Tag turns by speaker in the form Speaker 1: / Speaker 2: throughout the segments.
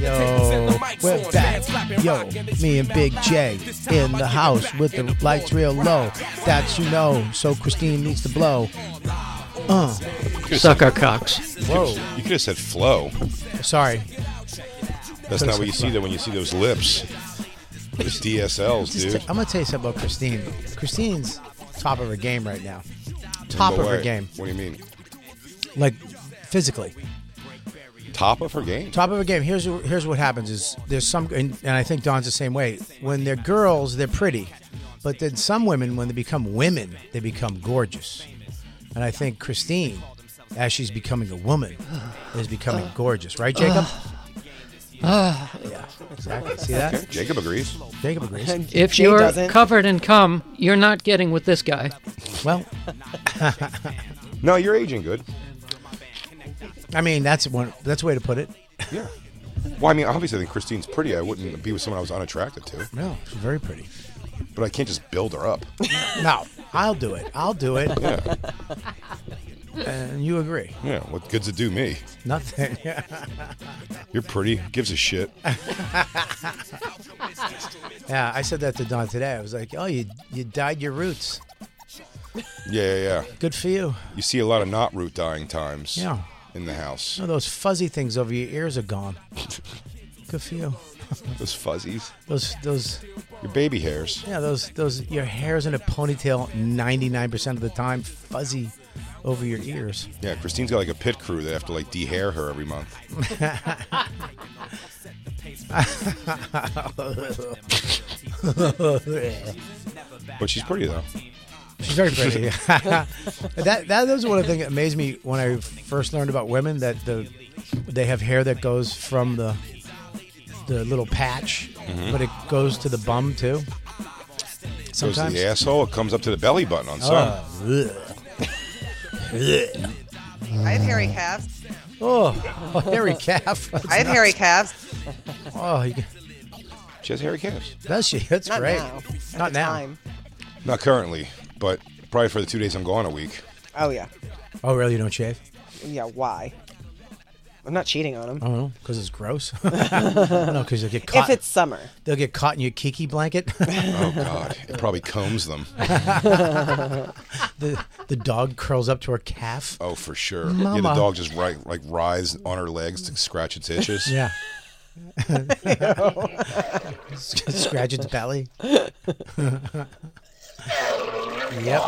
Speaker 1: Yo, we're back. Yo, me and Big J in the house with the lights real low. That's you know, so Christine needs to blow. Uh,
Speaker 2: Suck our cocks.
Speaker 1: whoa,
Speaker 3: You could have said flow.
Speaker 1: sorry.
Speaker 3: That's not what you see though when you see those lips. Those DSLs,
Speaker 1: Just
Speaker 3: dude.
Speaker 1: t- I'm gonna tell you something about Christine. Christine's top of her game right now. Top
Speaker 3: No
Speaker 1: of her
Speaker 3: way.
Speaker 1: game,
Speaker 3: What do you mean?
Speaker 1: like physically,
Speaker 3: Top of her game?
Speaker 1: top of her game. Here's wh- here's what happens: is there's some, and, and I think Dawn's the same way. When they're girls, they're pretty, but then some women, when they become women, they become gorgeous. And I think Christine, as she's becoming a woman, is becoming gorgeous, right, Jacob? yeah, exactly. See that?
Speaker 3: Jacob agrees.
Speaker 1: Jacob agrees.
Speaker 4: If
Speaker 5: Jay
Speaker 4: you're
Speaker 5: doesn't.
Speaker 4: covered in cum, you're not getting with this guy.
Speaker 1: Well,
Speaker 3: No, you're aging good.
Speaker 1: I mean that's one. That's a way to put it.
Speaker 3: Yeah. Well, I mean, obviously, I think Christine's pretty. I wouldn't be with someone I was unattracted to,
Speaker 1: No, she's very pretty.
Speaker 3: but I can't just build her up.
Speaker 1: No, I'll do it. I'll do it.
Speaker 3: Yeah.
Speaker 1: And you agree.
Speaker 3: Yeah. What good's it do me?
Speaker 1: Nothing.
Speaker 3: You're pretty. Gives a shit.
Speaker 1: yeah, I said that to Don today. I was like, oh, you, you dyed your roots.
Speaker 3: Yeah, yeah, yeah.
Speaker 1: Good for you.
Speaker 3: You see a lot of not root dying times
Speaker 1: Yeah.
Speaker 3: in the house.
Speaker 1: No, those fuzzy things over your ears are gone. Good for you.
Speaker 3: Those fuzzies.
Speaker 1: Those, those,
Speaker 3: Your baby hairs.
Speaker 1: yeah, those, those, your hair's in a ponytail 99% of the time, fuzzy over your ears.
Speaker 3: Yeah, Christine's got like a pit crew that have to like dehair her every month. but she's pretty though.
Speaker 1: She's very pretty. that that was one of the things that amazed me when I first learned about women that the they have hair that goes from the the little patch, but it Mm-hmm. goes to the bum too.
Speaker 3: Goes to
Speaker 1: Sometimes.
Speaker 3: the asshole. It comes up to the belly button on some.
Speaker 1: Oh, ugh. Ugh.
Speaker 5: I have hairy calves.
Speaker 1: oh, oh, hairy calf.
Speaker 5: I have hairy calves.
Speaker 1: Oh, you, can-
Speaker 3: She has hairy calves.
Speaker 1: does she? That's
Speaker 5: Not
Speaker 1: great.
Speaker 5: now. At
Speaker 1: Not
Speaker 5: the
Speaker 1: now.
Speaker 5: time.
Speaker 3: Not currently, but probably for the two days I'm gone a week.
Speaker 5: Oh yeah.
Speaker 1: Oh, really? You don't shave?
Speaker 5: Yeah. Why? I'm not cheating on them.
Speaker 1: I don't know, because it's gross. no, because they'll get caught.
Speaker 5: If it's summer,
Speaker 1: they'll get caught in your kiki blanket.
Speaker 3: Oh God, it probably combs them.
Speaker 1: the the dog curls up to her calf.
Speaker 3: Oh, for sure. Yeah,
Speaker 1: Mama.
Speaker 3: the dog just right like writhes on her legs to scratch its itches.
Speaker 1: Yeah. Scratch its belly. yep.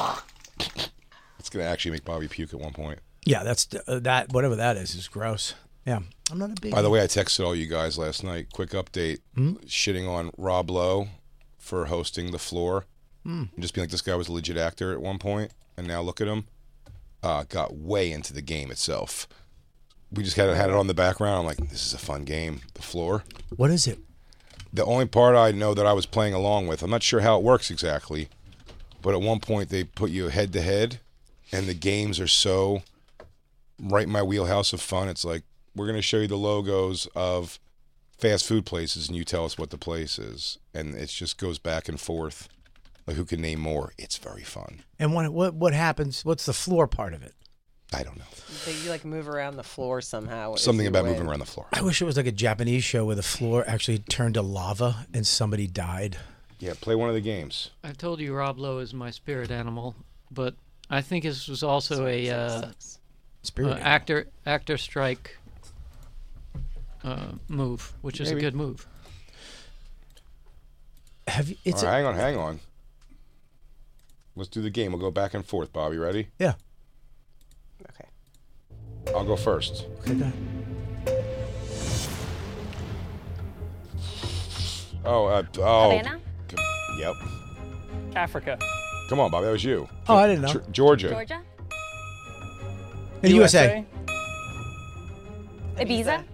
Speaker 3: It's gonna actually make Bobby puke at one point.
Speaker 1: Yeah, that's uh, that. Whatever that is is gross. Yeah, I'm not a big.
Speaker 3: By the way, I texted all you guys last night. Quick update: shitting on Rob Lowe for hosting the floor, and just being like, this guy was a legit actor at one point, and now look at him. Uh, got way into the game itself. We just kind of had it on the background. I'm like, this is a fun game. The floor.
Speaker 1: What is it?
Speaker 3: The only part I know that I was playing along with, I'm not sure how it works exactly, but at one point they put you head to head, and the games are so right in my wheelhouse of fun. It's like, we're going to show you the logos of fast food places and you tell us what the place is, and it just goes back and forth. Like who can name more? It's very fun.
Speaker 1: And what what what happens? What's the floor part of it?
Speaker 3: I don't know.
Speaker 5: So you like move around the floor somehow. if
Speaker 3: Something
Speaker 5: you
Speaker 3: about
Speaker 5: win.
Speaker 3: moving around the floor.
Speaker 1: I wish it was like a Japanese show where the floor actually turned to lava and somebody died.
Speaker 3: Yeah, play one of the games.
Speaker 4: I told you Rob Lowe is my spirit animal, but I think this was also a uh,
Speaker 1: Spirit.
Speaker 4: uh,
Speaker 1: animal.
Speaker 4: actor actor strike uh, move, which is a good move.
Speaker 1: Have you, it's
Speaker 3: All
Speaker 1: a-
Speaker 3: right, hang on, hang on. Let's do the game. We'll go back and forth. Bobby, ready?
Speaker 1: yeah.
Speaker 5: Okay.
Speaker 3: I'll go first.
Speaker 1: Okay, go ahead.
Speaker 3: Oh, uh, oh.
Speaker 6: Havana?
Speaker 3: G- Yep.
Speaker 7: Africa.
Speaker 3: Come on, Bobby. That was you.
Speaker 1: Oh, I didn't know.
Speaker 3: Ge- Georgia.
Speaker 6: Georgia?
Speaker 1: Hey, USA.
Speaker 6: Ibiza?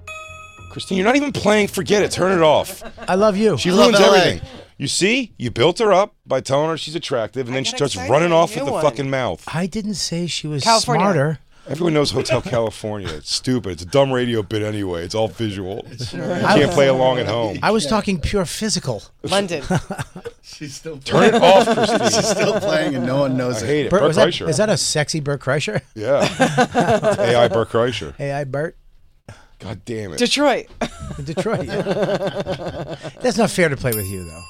Speaker 3: Christine, you're not even playing. Forget it. Turn it off.
Speaker 1: I love you.
Speaker 3: She
Speaker 1: I love
Speaker 3: ruins
Speaker 1: LA.
Speaker 3: everything. You see, you built her up by telling her she's attractive, and then
Speaker 5: got
Speaker 3: she starts
Speaker 5: excited
Speaker 3: running
Speaker 5: at
Speaker 3: off
Speaker 5: you
Speaker 3: with the
Speaker 5: one.
Speaker 3: fucking mouth.
Speaker 1: I didn't say she was
Speaker 5: California.
Speaker 1: smarter.
Speaker 3: Everyone knows Hotel California. It's stupid. It's a dumb radio bit anyway. It's all visual. You can't play along at home.
Speaker 1: I was talking pure physical.
Speaker 5: London.
Speaker 8: She's still
Speaker 3: Turn
Speaker 8: playing.
Speaker 3: it off, Christine.
Speaker 8: still playing, and no one knows
Speaker 3: I
Speaker 8: it.
Speaker 3: hate it.
Speaker 1: Bert,
Speaker 3: Bert
Speaker 1: was that,
Speaker 3: Kreischer.
Speaker 1: is that a sexy Bert Kreischer?
Speaker 3: yeah. It's AI Bert Kreischer.
Speaker 1: Hey, I Bert.
Speaker 3: God damn it.
Speaker 5: Detroit.
Speaker 1: Detroit. That's not fair to play with you, though.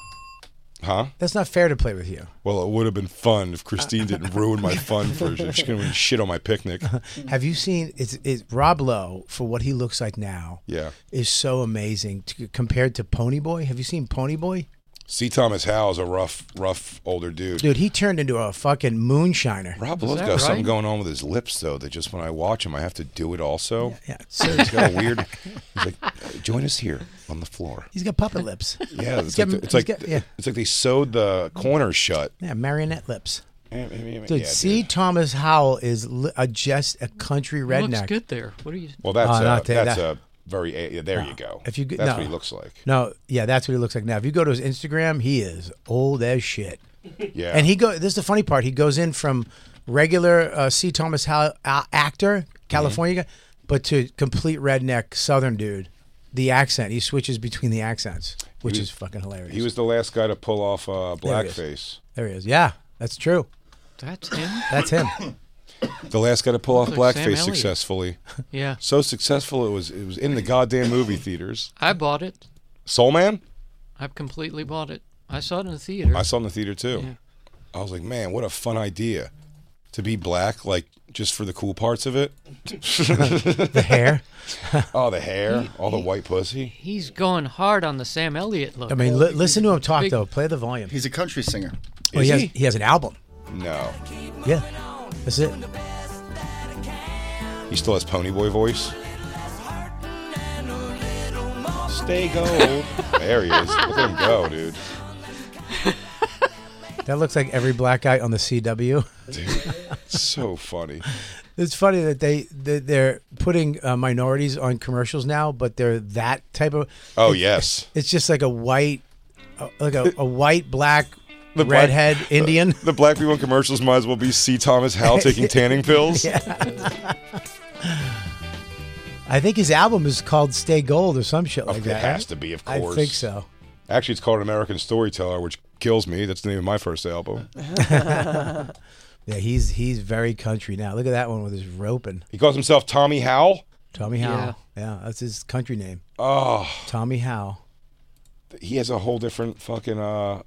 Speaker 3: Huh?
Speaker 1: That's not fair to play with you.
Speaker 3: Well, it would have been fun if Christine didn't ruin my fun for She's going to shit on my picnic.
Speaker 1: Have you seen? It's, it's Rob Lowe for what he looks like now.
Speaker 3: Yeah.
Speaker 1: is so amazing to, compared to Ponyboy. Have you seen Ponyboy?
Speaker 3: C. Thomas Howe is a rough, rough older dude.
Speaker 1: Dude, he turned into a fucking moonshiner.
Speaker 3: Rob Lowe's
Speaker 4: that
Speaker 3: got something
Speaker 4: right?
Speaker 3: going on with his lips, though, that just when I watch him, I have to do it also.
Speaker 1: Yeah, so
Speaker 3: He's got a weird. He's like, join us here on the floor.
Speaker 1: he's got puppet lips.
Speaker 3: Yeah, it's
Speaker 1: got-
Speaker 3: like, the- it's
Speaker 1: he's
Speaker 3: like,
Speaker 1: got- yeah.
Speaker 3: it's like they sewed the corners shut.
Speaker 1: Yeah, marionette lips. Dude,
Speaker 3: Dude,
Speaker 1: C. Thomas Howell is li- a, just a country
Speaker 4: He Looks
Speaker 1: redneck.
Speaker 4: good there. What are you?
Speaker 3: Well, that's
Speaker 1: Oh,
Speaker 3: a,
Speaker 1: not that-
Speaker 3: that's
Speaker 1: that-
Speaker 3: a very. a- yeah, there you go.
Speaker 1: If you go-
Speaker 3: that's
Speaker 1: no.
Speaker 3: what he looks like.
Speaker 1: No, yeah, that's what he looks like now. If you go to his Instagram, he is old as shit.
Speaker 3: Yeah,
Speaker 1: And he go. This is the funny part. He goes in from regular uh, C. Thomas Howell uh, actor,
Speaker 3: Mm-hmm.
Speaker 1: California guy, but to complete redneck Southern dude. The accent. He switches between the accents, which is fucking hilarious.
Speaker 3: he was the last guy to pull off uh,
Speaker 1: There he is.
Speaker 3: blackface.
Speaker 1: There he is. Yeah, that's true.
Speaker 4: That's him.
Speaker 1: That's him.
Speaker 3: The last guy to pull off
Speaker 4: Looks like Sam
Speaker 3: blackface
Speaker 4: Elliott.
Speaker 3: successfully.
Speaker 4: Yeah,
Speaker 3: So successful it was. It was in the goddamn movie theaters.
Speaker 4: I bought it.
Speaker 3: Soul Man.
Speaker 4: I've completely bought it. I saw it in the theater.
Speaker 3: I saw it in the theater too. I was like, man, what a fun idea to be black, like just for the cool parts of it.
Speaker 1: the hair.
Speaker 3: Oh, the hair, all the white pussy.
Speaker 4: He's going hard on the Sam Elliott look.
Speaker 1: I mean, li- listen to him talk
Speaker 4: Big-
Speaker 1: though. Play the volume.
Speaker 8: He's a country singer.
Speaker 1: Well, he,
Speaker 3: Is
Speaker 1: has,
Speaker 3: he?
Speaker 1: he has an album.
Speaker 3: No,
Speaker 1: Yeah, that's it.
Speaker 3: he still has Ponyboy voice. Stay gold. there he is. Look at him go, dude.
Speaker 1: That looks like every black guy on the CW.
Speaker 3: So funny.
Speaker 1: It's funny that they that they're putting uh, minorities on commercials now, but they're that type of.
Speaker 3: Oh yes,
Speaker 1: It's just like a white, uh, like a, a white black.
Speaker 3: The black-
Speaker 1: redhead Indian.
Speaker 3: the black people in commercials might as well be C. Thomas Howell taking tanning pills.
Speaker 1: I think his album is called "Stay Gold" or some shit like
Speaker 3: It
Speaker 1: that.
Speaker 3: has to be, of
Speaker 1: I
Speaker 3: course.
Speaker 1: think so.
Speaker 3: Actually, it's called American Storyteller, which kills me. That's the name of my first album.
Speaker 1: Yeah, he's he's very country now. Look at that one with his roping.
Speaker 3: He calls himself Tommy Howell.
Speaker 1: Tommy Howe. Yeah, that's his country name.
Speaker 3: Oh,
Speaker 1: Tommy Howe.
Speaker 3: he has a whole different fucking uh,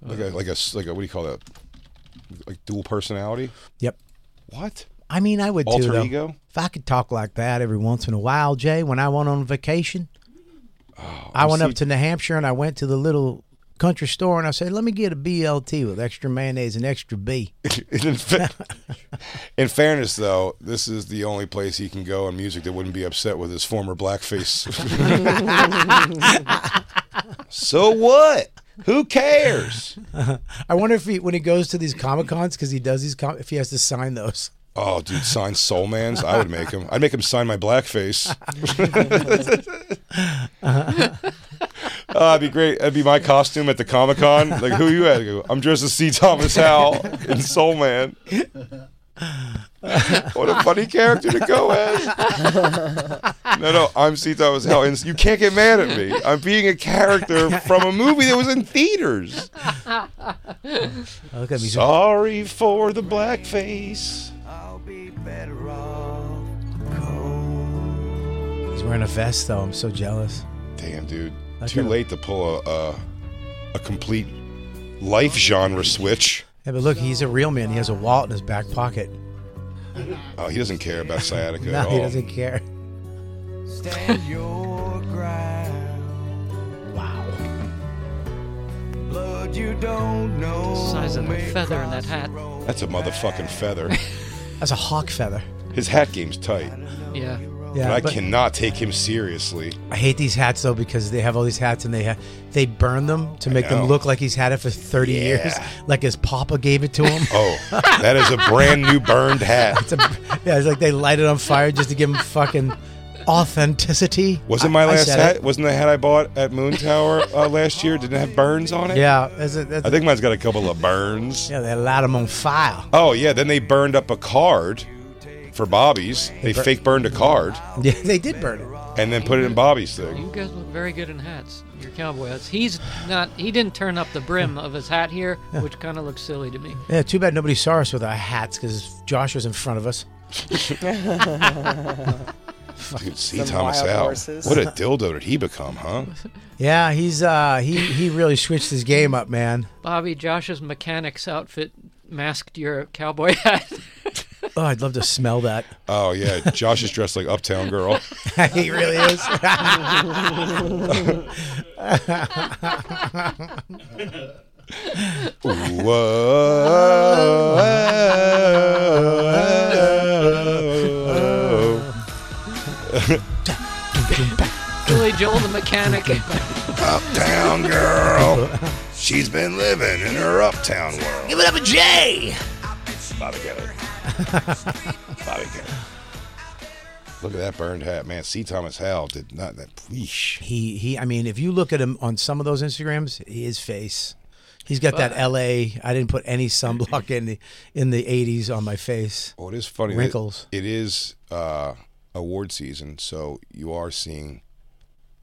Speaker 3: like a like a s- like a what do you call that? Like dual personality.
Speaker 1: Yep.
Speaker 3: What?
Speaker 1: I mean, I would
Speaker 3: Alter
Speaker 1: too. Though.
Speaker 3: ego?
Speaker 1: If I could talk like that every once in a while, Jay, when I went on vacation,
Speaker 3: Oh,
Speaker 1: I went up to New Hampshire and I went to the little country store and I said, "Let me get a BLT with extra mayonnaise and extra B."
Speaker 3: in, fa- in fairness, though, this is the only place he can go in music that wouldn't be upset with his former blackface. so what? Who cares?
Speaker 1: I wonder if he, when he goes to these comic cons, because he does these, com- if he has to sign those.
Speaker 3: Oh, dude, sign Soul Man's. I would make him. I'd make him sign my blackface. uh, it'd be great. That'd be my costume at the Comic Con. Like, who are you at? I go, I'm dressed as C. Thomas Howell in Soul Man. What a funny character to go as. No, no, I'm Sita was hell, and you can't get mad at me. I'm being a character from a movie that was in theaters.
Speaker 1: Oh, Look at me.
Speaker 3: Sorry for the blackface.
Speaker 1: He's wearing a vest though. I'm so jealous.
Speaker 3: Damn, dude.
Speaker 1: I
Speaker 3: Too
Speaker 1: could've-
Speaker 3: late to pull a, a a complete life genre switch.
Speaker 1: Yeah, but look, he's a real man. He has a wallet in his back pocket.
Speaker 3: Oh, he doesn't care about sciatica
Speaker 1: No,
Speaker 3: at
Speaker 1: he
Speaker 3: all.
Speaker 1: doesn't care. wow.
Speaker 4: Size of a feather in that hat.
Speaker 3: That's a motherfucking feather.
Speaker 1: That's a hawk feather.
Speaker 3: His hat game's tight,
Speaker 4: Yeah.
Speaker 1: Yeah,
Speaker 3: but I
Speaker 1: Uh, but
Speaker 3: cannot take him seriously.
Speaker 1: I hate these hats though because they have all these hats and they ha- they burn them to make them
Speaker 3: know.
Speaker 1: look like he's had it for 30 years,
Speaker 3: Yeah.
Speaker 1: like his papa gave it to him.
Speaker 3: Oh, that is a brand new burned hat.
Speaker 1: It's a- yeah, it's like they light it on fire just to give him fucking authenticity.
Speaker 3: Wasn't
Speaker 1: I-
Speaker 3: my
Speaker 1: I
Speaker 3: last
Speaker 1: said
Speaker 3: hat?
Speaker 1: it.
Speaker 3: Wasn't the hat I bought at Moon Tower uh, last year? Didn't it have burns on it?
Speaker 1: Yeah, that's a, that's
Speaker 3: I
Speaker 1: a-
Speaker 3: think mine's got a couple of burns.
Speaker 1: yeah, they light him on fire.
Speaker 3: Oh yeah, then they burned up a card for Bobby's. They
Speaker 1: bur-
Speaker 3: fake burned a card
Speaker 1: Yeah, they did burn it.
Speaker 3: and then put it in Bobby's thing.
Speaker 4: You guys look very good in hats. Your cowboy hats. He's not. He didn't turn up the brim of his hat here, which kind of looks silly to me.
Speaker 1: Yeah, too bad nobody saw us with our hats because Josh was in front of us.
Speaker 3: Dude, see
Speaker 5: Some
Speaker 3: Thomas
Speaker 5: wild
Speaker 3: out.
Speaker 5: horses.
Speaker 3: What a dildo did he become, huh?
Speaker 1: Yeah, he's uh he he really switched his game up, man.
Speaker 4: Bobby Josh's mechanic's outfit masked your cowboy hat.
Speaker 1: Oh, I'd love to smell that.
Speaker 3: Oh yeah, Josh is dressed like Uptown Girl.
Speaker 1: he really is.
Speaker 3: Whoa.
Speaker 4: Billy Joel, the mechanic.
Speaker 3: Uptown Girl. She's been living in her uptown world. Give it up a J. Bobby Kelly. Bobby Kelly. Look at that burned hat, man. C. Thomas Howell did not that. Yeesh.
Speaker 1: he he. I mean, if you look at him on some of those Instagrams, his face. He's got that L.A. I didn't put any sunblock in the in the '80s on my face.
Speaker 3: Well, Oh, it is funny. that
Speaker 1: Wrinkles.
Speaker 3: it is uh, award season, so you are seeing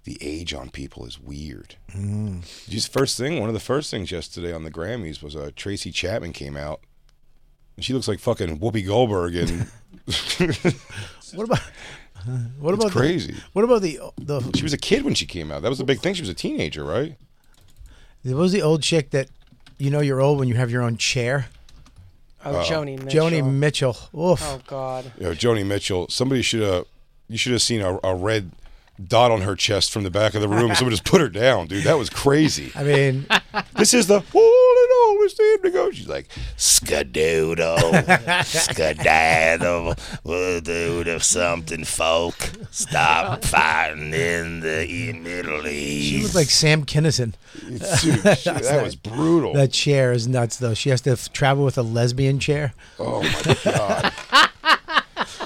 Speaker 3: the age on people is weird.
Speaker 1: Mm.
Speaker 3: Just first thing, one of the first things yesterday on the Grammys was uh, Tracy Chapman came out. and She looks like fucking Whoopi Goldberg and
Speaker 1: What about what about
Speaker 3: crazy.
Speaker 1: The, what about the the
Speaker 3: She was a kid when she came out. That was the big thing. She was a teenager, right?
Speaker 1: what was the old chick that you know you're old when you have your own chair?
Speaker 5: Oh, Joni Mitchell.
Speaker 1: Joni Mitchell. Oof.
Speaker 5: Oh God.
Speaker 3: You know, Uh, Joni Mitchell. Somebody should have. You should have seen a, a red dot on her chest from the back of the room. Someone just put her down, dude. That was crazy.
Speaker 1: I mean,
Speaker 3: This is the all and all we seem to go. She's like skadoodle, skadaddle, we'll do the something folk. Stop fighting in the Middle
Speaker 1: she
Speaker 3: East.
Speaker 1: looks like Sam Kinison.
Speaker 3: Dude, that was brutal.
Speaker 1: That chair is nuts, though. She has to f- travel with a lesbian chair.
Speaker 3: oh my god.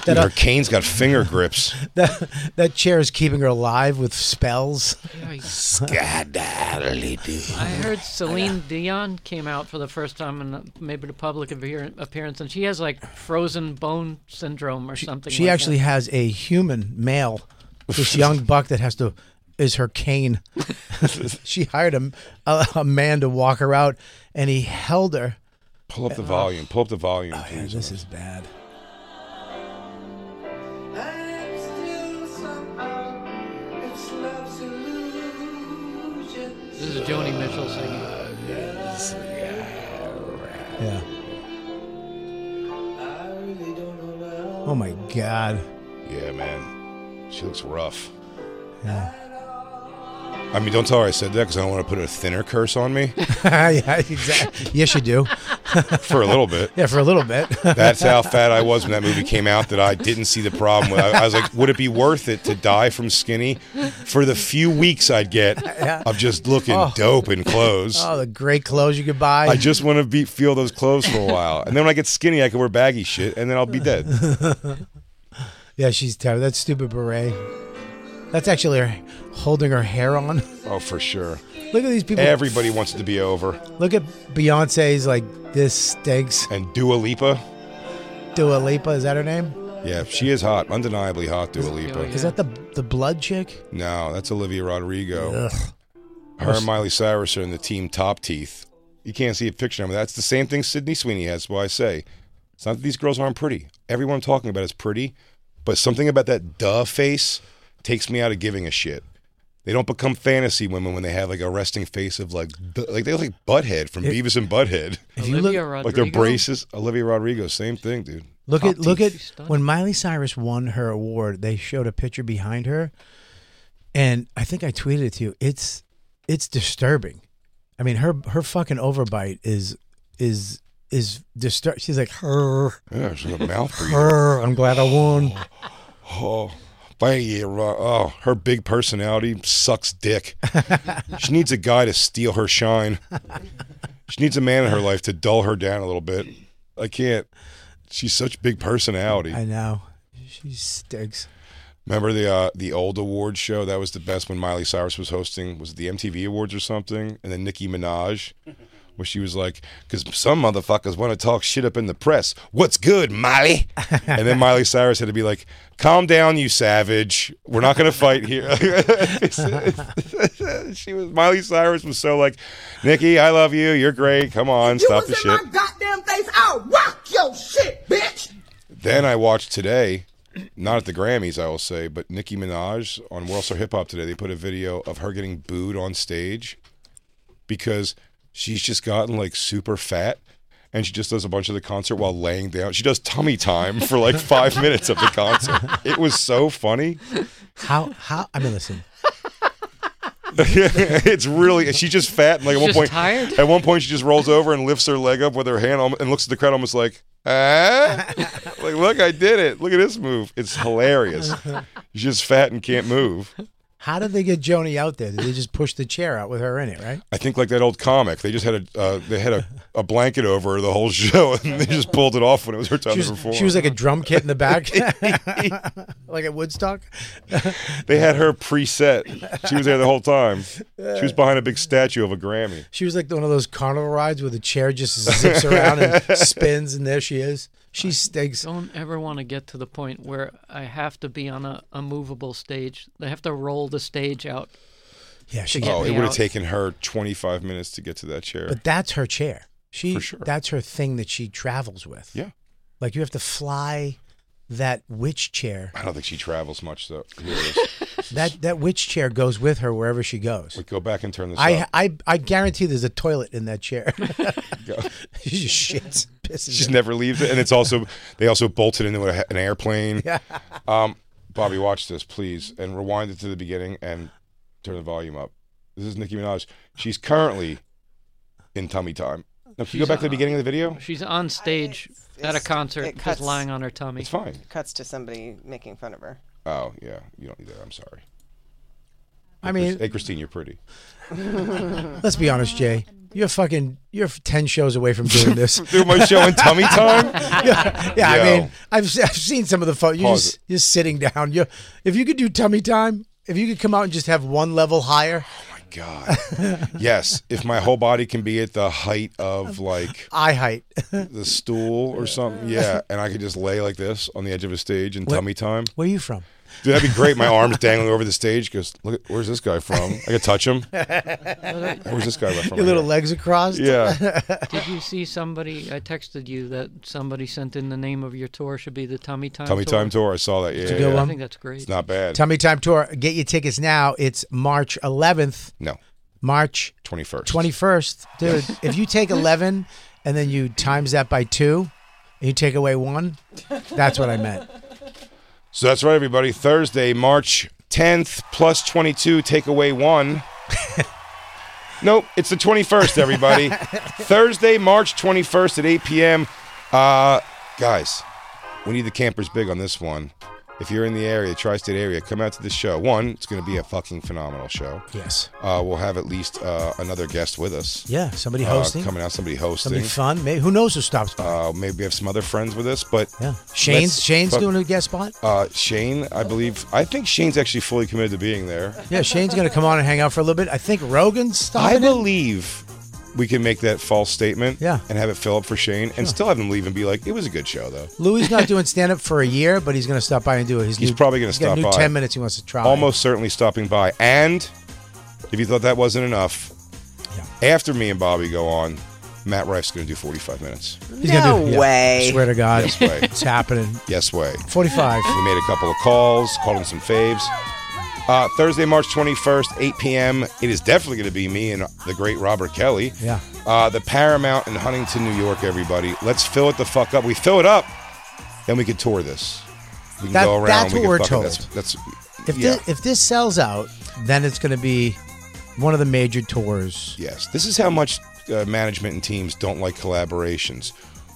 Speaker 3: Dude, her cane's got finger grips.
Speaker 1: That, that chair is keeping her alive with spells.
Speaker 4: Yikes.
Speaker 3: Skadaddle-doo.
Speaker 4: I heard Celine Dion came out for the first time in maybe the public appear- appearance, and she has like frozen bone syndrome or something.
Speaker 1: She
Speaker 4: like
Speaker 1: actually has a human male, this young buck that has to is her cane. she hired a, a, a man to walk her out, and he held her.
Speaker 3: Pull up the volume. Pull up the volume,
Speaker 1: Oh,
Speaker 3: please.
Speaker 1: This is bad.
Speaker 4: that. This is Joni Mitchell singing.
Speaker 1: Yeah. Oh my god.
Speaker 3: Yeah, man. She looks rough. I mean, don't tell her I said that because I don't want to put a thinner curse on me
Speaker 1: yeah, exactly. Yes, you do.
Speaker 3: for a little bit.
Speaker 1: Yeah, for a little bit.
Speaker 3: That's how fat I was when that movie came out that I didn't see the problem with. I, I was like, would it be worth it to die from skinny for the few weeks I'd get of just looking dope in clothes?
Speaker 1: oh, the great clothes you could buy.
Speaker 3: I just want to be feel those clothes for a while, and then when I get skinny, I can wear baggy shit, and then I'll be dead.
Speaker 1: yeah, she's terrible. That stupid beret. That's actually her holding her hair on.
Speaker 3: Oh, for sure.
Speaker 1: Look at these people.
Speaker 3: Everybody wants it to be over.
Speaker 1: Look at Beyonce's like this stinks.
Speaker 3: And Dua Lipa.
Speaker 1: Dua Lipa, is that her name?
Speaker 3: Yeah, she is hot, undeniably hot, Dua Lipa.
Speaker 4: yeah.
Speaker 1: Is that the the blood chick?
Speaker 3: No, that's Olivia Rodrigo.
Speaker 1: Ugh.
Speaker 3: Her and Miley Cyrus are in the team Top Teeth. You can't see a picture of them. That's the same thing Sydney Sweeney has. Why I say it's not that these girls aren't pretty. Everyone I'm talking about is pretty, but something about that duh face takes me out of giving a shit. They don't become fantasy women when they have like a resting face of like duh. like they look like Butthead from Beavis and Butthead.
Speaker 1: If you
Speaker 4: Olivia
Speaker 1: look-
Speaker 4: Rodrigo?
Speaker 3: Like their braces. Olivia Rodrigo, same thing, dude.
Speaker 1: Look
Speaker 3: Top
Speaker 1: at look
Speaker 3: teeth.
Speaker 1: at when Miley Cyrus won her award. They showed a picture behind her, and I think I tweeted it to you. It's it's disturbing. I mean her her fucking overbite is is is disturb. She's like her
Speaker 3: Yeah, she's a mouth breather.
Speaker 1: her. I'm glad I won.
Speaker 3: Oh, by you, Ro- oh, her big personality sucks dick. she needs a guy to steal her shine. She needs a man in her life to dull her down a little bit. I can't. She's such big personality.
Speaker 1: I know she stinks.
Speaker 3: Remember the uh, the old awards show? That was the best when Miley Cyrus was hosting. Was it the MTV Awards or something? And then Nicki Minaj, where she was like, "Because some motherfuckers want to talk shit up in the press. What's good, Miley?" and then Miley Cyrus had to be like, "Calm down, you savage. We're not gonna fight here." she was Miley Cyrus was so like, "Nicki, I love you. You're great. Come on, stop the shit."
Speaker 6: goddamn face. I'll rock your shit, bitch.
Speaker 3: Then I watched today, not at the Grammys, I will say, but Nicki Minaj on World Star Hip Hop today. They put a video of her getting booed on stage because she's just gotten like super fat. And she just does a bunch of the concert while laying down. She does tummy time for like five minutes of the concert. It was so funny.
Speaker 1: How how I mean listen.
Speaker 3: it's really she's just fat. And like at one
Speaker 4: Just
Speaker 3: point,
Speaker 4: tired?
Speaker 3: at one point she just rolls over and lifts her leg up with her hand almo- and looks at the crowd almost like, ah, like look, I did it. Look at this move. It's hilarious. She's just fat and can't move.
Speaker 1: How did they get Joni out there? Did they just push the chair out with her in it? Right?
Speaker 3: I think like that old comic. They just had a uh, they had a, a blanket over her the whole show and they just pulled it off when it was her time
Speaker 1: She
Speaker 3: to perform.
Speaker 1: was, she was like a drum kit in the back, like at Woodstock.
Speaker 3: they had her preset. She was there the whole time. She was behind a big statue of a Grammy.
Speaker 1: She was like one of those carnival rides where the chair just zips around and spins, and there she is. She stinks.
Speaker 4: Don't ever want to get to the point where I have to be on a, a movable stage. They have to roll the stage out.
Speaker 1: Yeah, she.
Speaker 4: Get
Speaker 3: Oh,
Speaker 4: me
Speaker 3: it would have
Speaker 4: out.
Speaker 3: taken her 25 minutes to get to that chair.
Speaker 1: But that's her chair. She.
Speaker 3: For sure.
Speaker 1: That's her thing that she travels with.
Speaker 3: yeah.
Speaker 1: Like you have to fly that witch chair.
Speaker 3: I don't think she travels much though. Here it is.
Speaker 1: That that witch chair goes with her wherever she goes.
Speaker 3: We go back and turn this
Speaker 1: I,
Speaker 3: up.
Speaker 1: I I guarantee there's a toilet in that chair. she just shits, pisses.
Speaker 3: She just
Speaker 1: in.
Speaker 3: never leaves it, and it's also they also bolted into a, an airplane. Um, Bobby, watch this, please, and rewind it to the beginning and turn the volume up. This is Nicki Minaj. She's currently in tummy time. Now, if you go back to the beginning of the video,
Speaker 4: She's on stage
Speaker 5: it's-
Speaker 4: at a
Speaker 5: it's- it
Speaker 4: concert,
Speaker 5: cuts.
Speaker 4: just lying on her tummy.
Speaker 3: it's fine.
Speaker 5: Cuts to somebody making fun of her.
Speaker 3: Oh yeah, you don't need that. I'm sorry.
Speaker 1: I mean,
Speaker 3: hey, Christine, you're pretty.
Speaker 1: let's be honest, Jay. You're fucking. You're ten shows away from doing this.
Speaker 3: Do my show in tummy time.
Speaker 1: yeah, yeah, I
Speaker 3: Yo.
Speaker 1: mean, I've, se- I've seen some of the photos. You're
Speaker 3: Pause
Speaker 1: just, you're sitting down. You, if you could do tummy time, if you could come out and just have one level higher,
Speaker 3: God, yes. If my whole body can be at the height of like
Speaker 1: eye height.
Speaker 3: the stool or something. Yeah, and I could just lay like this on the edge of a stage in tummy time.
Speaker 1: Where are you from?
Speaker 3: Dude, that'd be great. My arms dangling over the stage because look, at, where's this guy from? I could touch him. Where's this guy from?
Speaker 1: Your little legs across.
Speaker 3: Oh, Yeah,
Speaker 4: Did you see somebody? I texted you that somebody sent in the name of your tour should be the Tummy Time.
Speaker 3: tummy
Speaker 4: tour.
Speaker 3: time tour. I saw that. Yeah,
Speaker 1: a good
Speaker 3: yeah,
Speaker 4: I
Speaker 1: one.
Speaker 3: yeah.
Speaker 4: think that's great.
Speaker 3: it's not bad.
Speaker 1: Tummy time tour. Get your tickets now. It's March 11th,
Speaker 3: No,
Speaker 1: March
Speaker 3: twenty first.
Speaker 1: 21st, dude. if you take 11 and then you times that by two, and you take away one, that's what I meant.
Speaker 3: So that's right, everybody. Thursday, March tenth, plus twenty two. Take away one. Nope, it's the 21st, everybody. Thursday, March 21st at 8 p.m. Uh, guys, we need the campers big on this one. If you're in the area, tri state area, come out to this show. One, it's going to be a fucking phenomenal show.
Speaker 1: Yes.
Speaker 3: Uh, we'll have at least uh, another guest with us.
Speaker 1: Yeah. Somebody
Speaker 3: Uh,
Speaker 1: hosting.
Speaker 3: coming out, somebody
Speaker 1: Somebody
Speaker 3: hosting.
Speaker 1: fun. May who knows who stops by?
Speaker 3: Uh, maybe we have some other friends with us, but
Speaker 1: yeah. Shane's
Speaker 3: let's
Speaker 1: Shane's
Speaker 3: fuck-
Speaker 1: doing a guest spot.
Speaker 3: Uh, Shane, I believe, I think Shane's actually fully committed to being there.
Speaker 1: Yeah, Shane's gonna come on and hang out for a little bit. I think Rogan's
Speaker 3: I
Speaker 1: stopping. in.
Speaker 3: believe we can make that false statement
Speaker 1: Yeah.
Speaker 3: and have it fill up for Shane and still have him leave and be like, it was a good show, though.
Speaker 1: Louis not doing stand up for a year, but he's going to stop by and do it. His
Speaker 3: He's
Speaker 1: new-
Speaker 3: probably gonna
Speaker 1: he's got a
Speaker 3: stop
Speaker 1: new
Speaker 3: by.
Speaker 1: Ten minutes. He wants to try.
Speaker 3: Almost certainly stopping by. And if you thought that wasn't enough, after me and Bobby go on, Matt Rife's going to do 45 minutes.
Speaker 1: He's gonna
Speaker 5: No
Speaker 1: do- yeah.
Speaker 5: way.
Speaker 1: Swear to God,
Speaker 3: Yes way.
Speaker 1: it's happening.
Speaker 3: Yes way.
Speaker 1: Forty-five.
Speaker 3: We made a couple of calls, called in some faves. Uh, Thursday, March 21st, 8 p.m. It is definitely going to be me and the great Robert Kelly.
Speaker 1: Yeah.
Speaker 3: Uh, the Paramount in Huntington, New York, everybody. Let's fill it the fuck up. We fill it up, then we can tour this. We can
Speaker 1: That-
Speaker 3: go around.
Speaker 1: that's
Speaker 3: we
Speaker 1: what
Speaker 3: can
Speaker 1: we're
Speaker 3: fucking-
Speaker 1: told.
Speaker 3: That's, that's
Speaker 1: If
Speaker 3: yeah.
Speaker 1: this, if this sells out, then it's going to be one of the major tours.
Speaker 3: Yes, this is how much uh, management and teams don't like collaborations.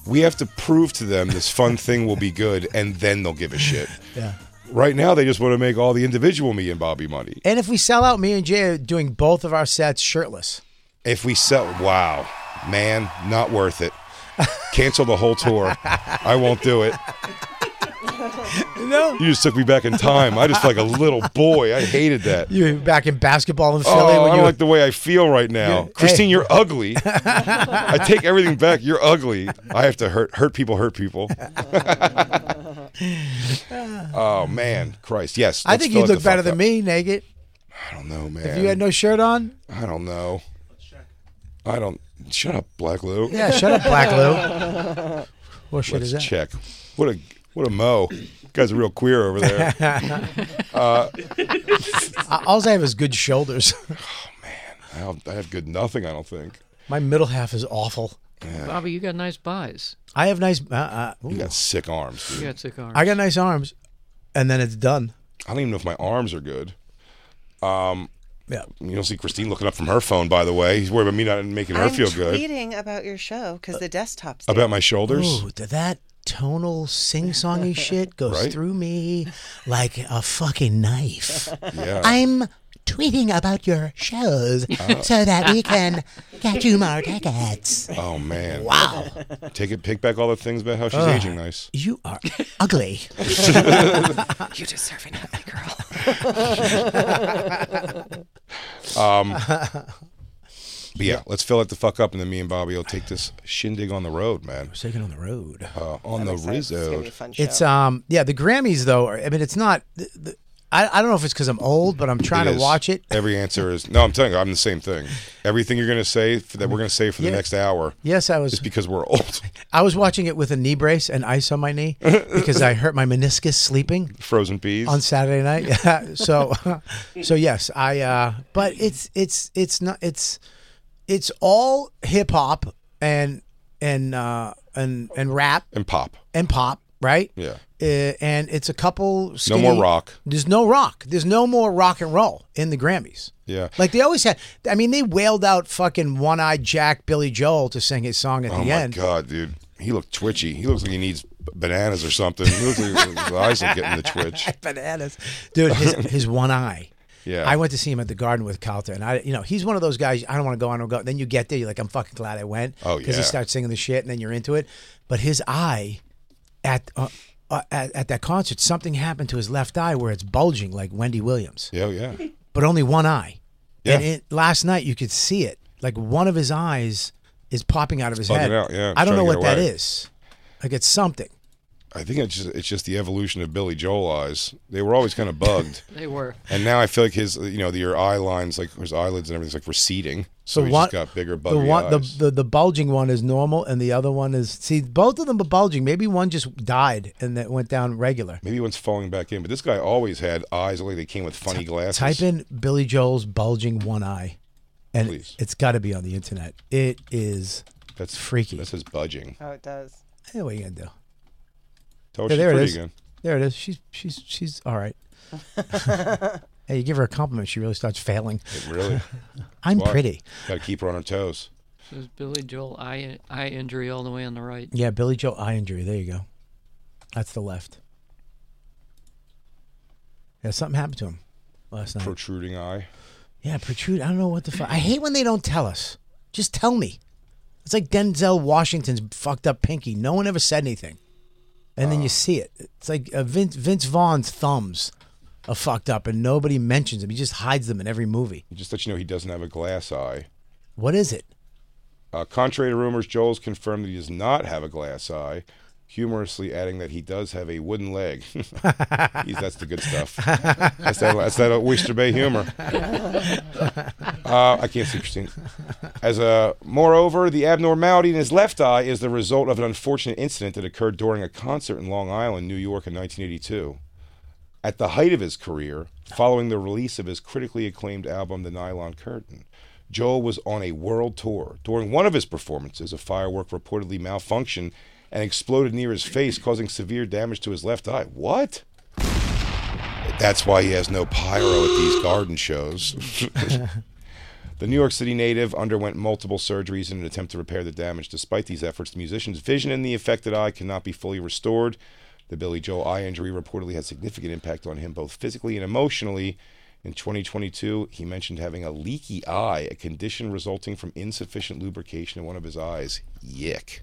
Speaker 3: We have to prove to them this fun thing will be good, and then they'll give a shit.
Speaker 1: Yeah.
Speaker 3: Right now, they just want to make all the individual me and Bobby money.
Speaker 1: And if we sell out, me and Jay are doing both of our sets shirtless.
Speaker 3: If we sell, wow, man, not worth it. Cancel the whole tour. I won't do it.
Speaker 1: No.
Speaker 3: You just took me back in time. I just felt like a little boy. I hated that.
Speaker 1: You were back in basketball in Philly
Speaker 3: Oh, I
Speaker 1: when
Speaker 3: don't
Speaker 1: you
Speaker 3: like the way I feel right now.
Speaker 1: You-
Speaker 3: Christine,
Speaker 1: hey.
Speaker 3: you're ugly. I take everything back. You're ugly. I have to hurt hurt people, hurt people. oh man, Christ, yes.
Speaker 1: I
Speaker 3: let's
Speaker 1: think
Speaker 3: fill
Speaker 1: you
Speaker 3: it the
Speaker 1: look better
Speaker 3: fuck
Speaker 1: than
Speaker 3: up.
Speaker 1: me naked.
Speaker 3: I don't know, man.
Speaker 1: If you had no shirt on,
Speaker 3: I don't know. I don't. Shut up, Black Lou.
Speaker 1: yeah, shut up, Black Lou. What shit
Speaker 3: Let's
Speaker 1: is that?
Speaker 3: check. What a what a mo. guy's a real queer over there.
Speaker 1: All I have is good shoulders.
Speaker 3: I have, I have good nothing. I don't think.
Speaker 1: My middle half is awful.
Speaker 4: Bobby, you got nice buys.
Speaker 1: I have nice. Uh, uh, ooh.
Speaker 3: You got sick arms. Dude.
Speaker 4: You got sick arms.
Speaker 1: I got nice arms, and then it's done.
Speaker 3: I don't even know if my arms are good.
Speaker 1: Yeah.
Speaker 3: You don't see Christine looking up from her phone, by the way. He's worried about me not making her
Speaker 9: I'm
Speaker 3: feel good.
Speaker 9: tweeting about your show because the desktop's down.
Speaker 3: About my shoulders?
Speaker 1: Ooh, th- that tonal sing-songy shit goes
Speaker 3: Right?
Speaker 1: through me like a fucking knife.
Speaker 3: Yeah.
Speaker 1: I'm tweeting about your shows so that we can get you more tickets.
Speaker 3: oh man. Wow. Take it pick back all the things about how she's aging nice.
Speaker 1: You are ugly.
Speaker 9: You deserve an ugly girl.
Speaker 3: But yeah, let's fill it the fuck up and then me and Bobby will take this shindig on the road, man.
Speaker 1: Taking on the road.
Speaker 3: Uh, on the
Speaker 5: It's gonna be
Speaker 3: Rizzo.
Speaker 5: a fun show.
Speaker 1: It's um yeah, the Grammys though. Are, I mean, it's not. The, the, I, I don't know if it's because I'm old, but I'm trying
Speaker 3: It
Speaker 1: to
Speaker 3: is.
Speaker 1: watch it.
Speaker 3: Every answer is no, I'm telling you, I'm the same thing. Everything you're gonna say for, that we're gonna say for the
Speaker 1: Yeah.
Speaker 3: next hour
Speaker 1: Yes, I
Speaker 3: is
Speaker 1: was.
Speaker 3: because we're old.
Speaker 1: I was watching it with a knee brace and ice on my knee because I hurt my meniscus sleeping.
Speaker 3: Frozen peas.
Speaker 1: on Saturday night. so, so yes, I. Uh, but it's it's it's not it's it's all hip hop and and uh, and and rap
Speaker 3: and pop.
Speaker 1: and pop, right?
Speaker 3: Yeah.
Speaker 1: Uh, and it's a couple. Skinny,
Speaker 3: more rock.
Speaker 1: There's no rock. There's no more rock and roll in the Grammys.
Speaker 3: Yeah.
Speaker 1: Like they always had. I mean, they wailed out fucking one eyed Jack Billy Joel to sing his song at
Speaker 3: Oh
Speaker 1: the
Speaker 3: my
Speaker 1: end.
Speaker 3: god, dude. He looked twitchy. He looks like he needs bananas or something. He looks like his eyes are getting the twitch.
Speaker 1: bananas, dude. His his one eye.
Speaker 3: Yeah.
Speaker 1: I went to see him at the Garden with Calta, and I, you know, he's one of those guys. I don't want to go, I don't go. Then you get there, you're like, I'm fucking glad I went.
Speaker 3: Oh,
Speaker 1: he
Speaker 3: yeah.
Speaker 1: starts singing the shit, and then you're into it. But his eye, at uh, uh, at, at that concert, something happened to his left eye where it's bulging like Wendy Williams,
Speaker 3: Yeah, yeah.
Speaker 1: but only one eye.
Speaker 3: Yeah.
Speaker 1: And it, last night you could see it, like one of his eyes is popping out of his
Speaker 3: Bugging
Speaker 1: head.
Speaker 3: out, yeah,
Speaker 1: I don't
Speaker 3: trying
Speaker 1: know
Speaker 3: to
Speaker 1: what
Speaker 3: get
Speaker 1: that
Speaker 3: away.
Speaker 1: is. Like it's something.
Speaker 3: I think it's just, it's just the evolution of Billy Joel eyes. They were always kind of bugged,
Speaker 4: They were.
Speaker 3: and now I feel like his you know your eye lines like his eyelids and everything's like receding. So
Speaker 1: The
Speaker 3: he
Speaker 1: one-
Speaker 3: just got bigger,
Speaker 1: the
Speaker 3: buggy
Speaker 1: one, the,
Speaker 3: eyes.
Speaker 1: the the bulging one is normal, and the other one is see both of them are bulging. Maybe one just died and that went down regular.
Speaker 3: Maybe one's falling back in, but this guy always had eyes that looked like they came with funny glasses.
Speaker 1: Type in Billy Joel's bulging one eye, and
Speaker 3: Please.
Speaker 1: it's got to be on the internet. It is.
Speaker 3: that's
Speaker 1: freaky.
Speaker 3: That's his budging.
Speaker 5: oh, it does.
Speaker 1: Hey, what are you gonna do?
Speaker 3: Tell
Speaker 1: Yeah,
Speaker 3: her she's
Speaker 1: there it
Speaker 3: pretty
Speaker 1: is.
Speaker 3: again.
Speaker 1: There it is. She's she's she's all right. hey, you give her a compliment, she really starts failing.
Speaker 3: It really,
Speaker 1: I'm
Speaker 3: Why?
Speaker 1: pretty.
Speaker 3: Got to keep her on her toes.
Speaker 4: There's Billy Joel eye eye injury all the way on the right.
Speaker 1: Yeah, Billy Joel eye injury. There you go. That's the left. Yeah, something happened to him last night.
Speaker 3: Protruding eye.
Speaker 1: Yeah, protrude. I don't know what the fuck. I hate when they don't tell us. Just tell me. It's like Denzel Washington's fucked up pinky. No one ever said anything, and then you see it. It's like uh, Vince Vince Vaughn's thumbs are fucked up, and nobody mentions them. He just hides them in every movie.
Speaker 3: Just let you know he doesn't have a glass eye.
Speaker 1: What is it?
Speaker 3: Uh, contrary to rumors, Joel's confirmed that he does not have a glass eye, humorously adding that he does have a wooden leg. He's, that's the good stuff. That's that, that's that Oyster Bay humor. Uh, I can't see Christine. As a moreover, the abnormality in his left eye is the result of an unfortunate incident that occurred during a concert in Long Island, New York, in 1982. At the height of his career, following the release of his critically acclaimed album, The Nylon Curtain, Joel was on a world tour. During one of his performances, a firework reportedly malfunctioned and exploded near his face, causing severe damage to his left eye. What? That's why he has no pyro at these garden shows. the New York City native underwent multiple surgeries in an attempt to repair the damage. Despite these efforts, the musician's vision in the affected eye cannot be fully restored. The Billy Joel eye injury reportedly had significant impact on him both physically and emotionally. In 2022, he mentioned having a leaky eye, a condition resulting from insufficient lubrication in one of his eyes. Yick.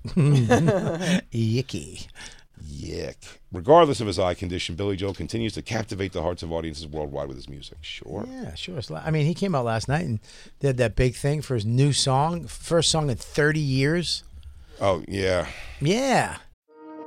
Speaker 1: Yicky.
Speaker 3: Yick. Regardless of his eye condition, Billy Joel continues to captivate the hearts of audiences worldwide with his music. Sure.
Speaker 1: Yeah, sure. It's li- I mean, he came out last night and did that big thing for his new song, first song in 30 years.
Speaker 3: Oh, yeah.
Speaker 1: Yeah.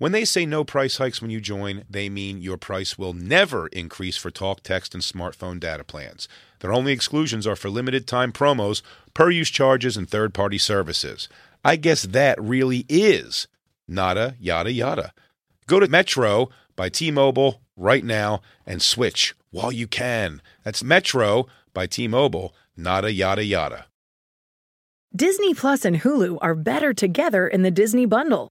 Speaker 3: When they say no price hikes when you join, they mean your price will never increase for talk, text, and smartphone data plans. Their only exclusions are for limited time promos, per use charges, and third party services. I guess that really is nada yada yada. Go to Metro by T Mobile right now and switch while you can. That's Metro by T Mobile, nada yada yada.
Speaker 10: Disney Plus and Hulu are better together in the Disney bundle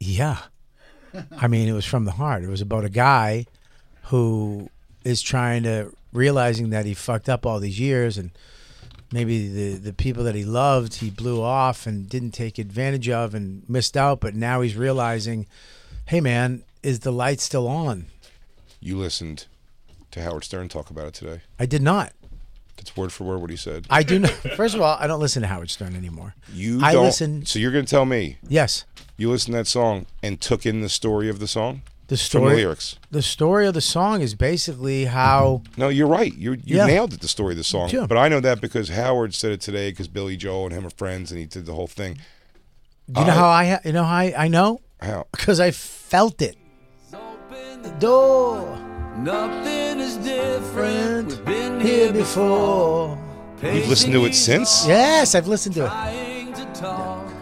Speaker 1: Yeah. I mean, it was from the heart. It was about a guy who is trying to realizing that he fucked up all these years and maybe the the people that he loved he blew off and didn't take advantage of and missed out, but now he's realizing, "Hey man, is the light still on?"
Speaker 3: You listened to Howard Stern talk about it today.
Speaker 1: I did not.
Speaker 3: That's word for word what he said.
Speaker 1: I do not. First of all, I don't listen to Howard Stern anymore.
Speaker 3: You
Speaker 1: I
Speaker 3: don't-
Speaker 1: listen
Speaker 3: So you're going to tell me
Speaker 1: Yes.
Speaker 3: you listened to that song and took in the story of the song?
Speaker 1: The
Speaker 3: From
Speaker 1: story
Speaker 3: the lyrics.
Speaker 1: The story of the song is basically how
Speaker 3: No, you're right. You you
Speaker 1: Yeah.
Speaker 3: nailed it. The story of the song,
Speaker 1: Sure.
Speaker 3: but I know that because Howard said it today because Billy Joel and him are friends, and he did the whole thing.
Speaker 1: Do
Speaker 3: Uh,
Speaker 1: you know how I ha- you know how I, I know?
Speaker 3: How?
Speaker 1: Because I felt it. The door
Speaker 11: Nothing is different. We've been
Speaker 1: here before.
Speaker 3: You've listened to it since?
Speaker 1: Yes, I've listened to it.
Speaker 11: trying to talk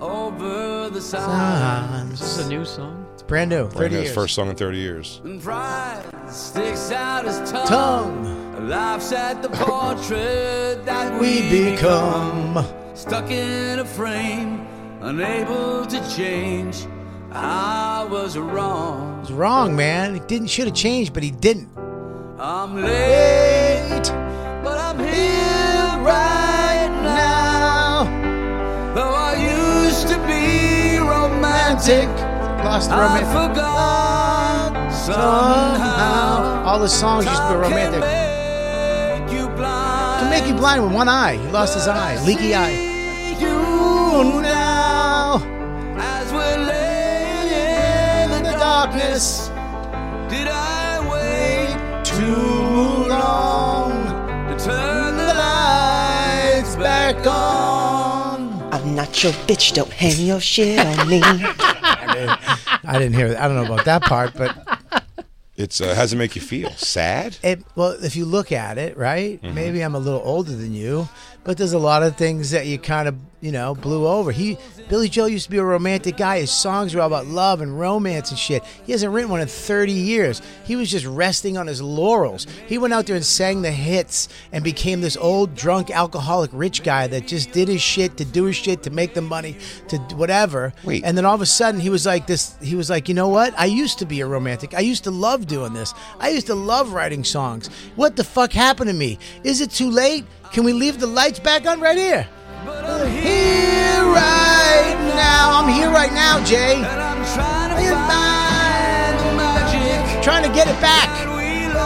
Speaker 11: over the
Speaker 1: Signs.
Speaker 11: signs.
Speaker 1: This is a new
Speaker 11: song.
Speaker 1: It's brand new.
Speaker 3: Brand
Speaker 1: Thirty
Speaker 3: new,
Speaker 1: years.
Speaker 3: first song in 30 years.
Speaker 11: And pride sticks out his tongue.
Speaker 1: Tongue.
Speaker 11: Laughs at the portrait that
Speaker 1: We become
Speaker 11: Stuck in a frame unable to change. I was wrong.
Speaker 1: It's wrong, man. He didn't should have changed, but he didn't.
Speaker 11: I'm late, but I'm here right now. Though I used to be romantic,
Speaker 1: Lost the
Speaker 11: I
Speaker 1: romantic.
Speaker 11: forgot somehow.
Speaker 1: All the songs used to be romantic. Can make you blind with one eye. He lost his eye, leaky eye.
Speaker 11: You now, as we're laying in the darkness, did I wait too long to turn the lights back on?
Speaker 5: I'm not your bitch. Don't hang your shit on me.
Speaker 1: I didn't hear. I don't know about that part, but
Speaker 3: It's uh, how's it make you feel? Sad?
Speaker 1: it. Well, if you look at it, right?
Speaker 3: Mhm.
Speaker 1: Maybe I'm a little older than you, but there's a lot of things that you kind of, you know, blew over. He, Billy Joel, used to be a romantic guy. His songs were all about love and romance and shit. He hasn't written one in 30 years. He was just resting on his laurels. He went out there and sang the hits and became this old drunk alcoholic rich guy that just did his shit to do his shit to make the money to d- whatever.
Speaker 3: Wait.
Speaker 1: And then all of a sudden he was like this he was like, "You know what? I used to be a romantic. I used to love doing this. I used to love writing songs. What the fuck happened to me? Is it too late? Can we leave the lights back on right here?" here right now. I'm here right now, Jay. Trying to get it back.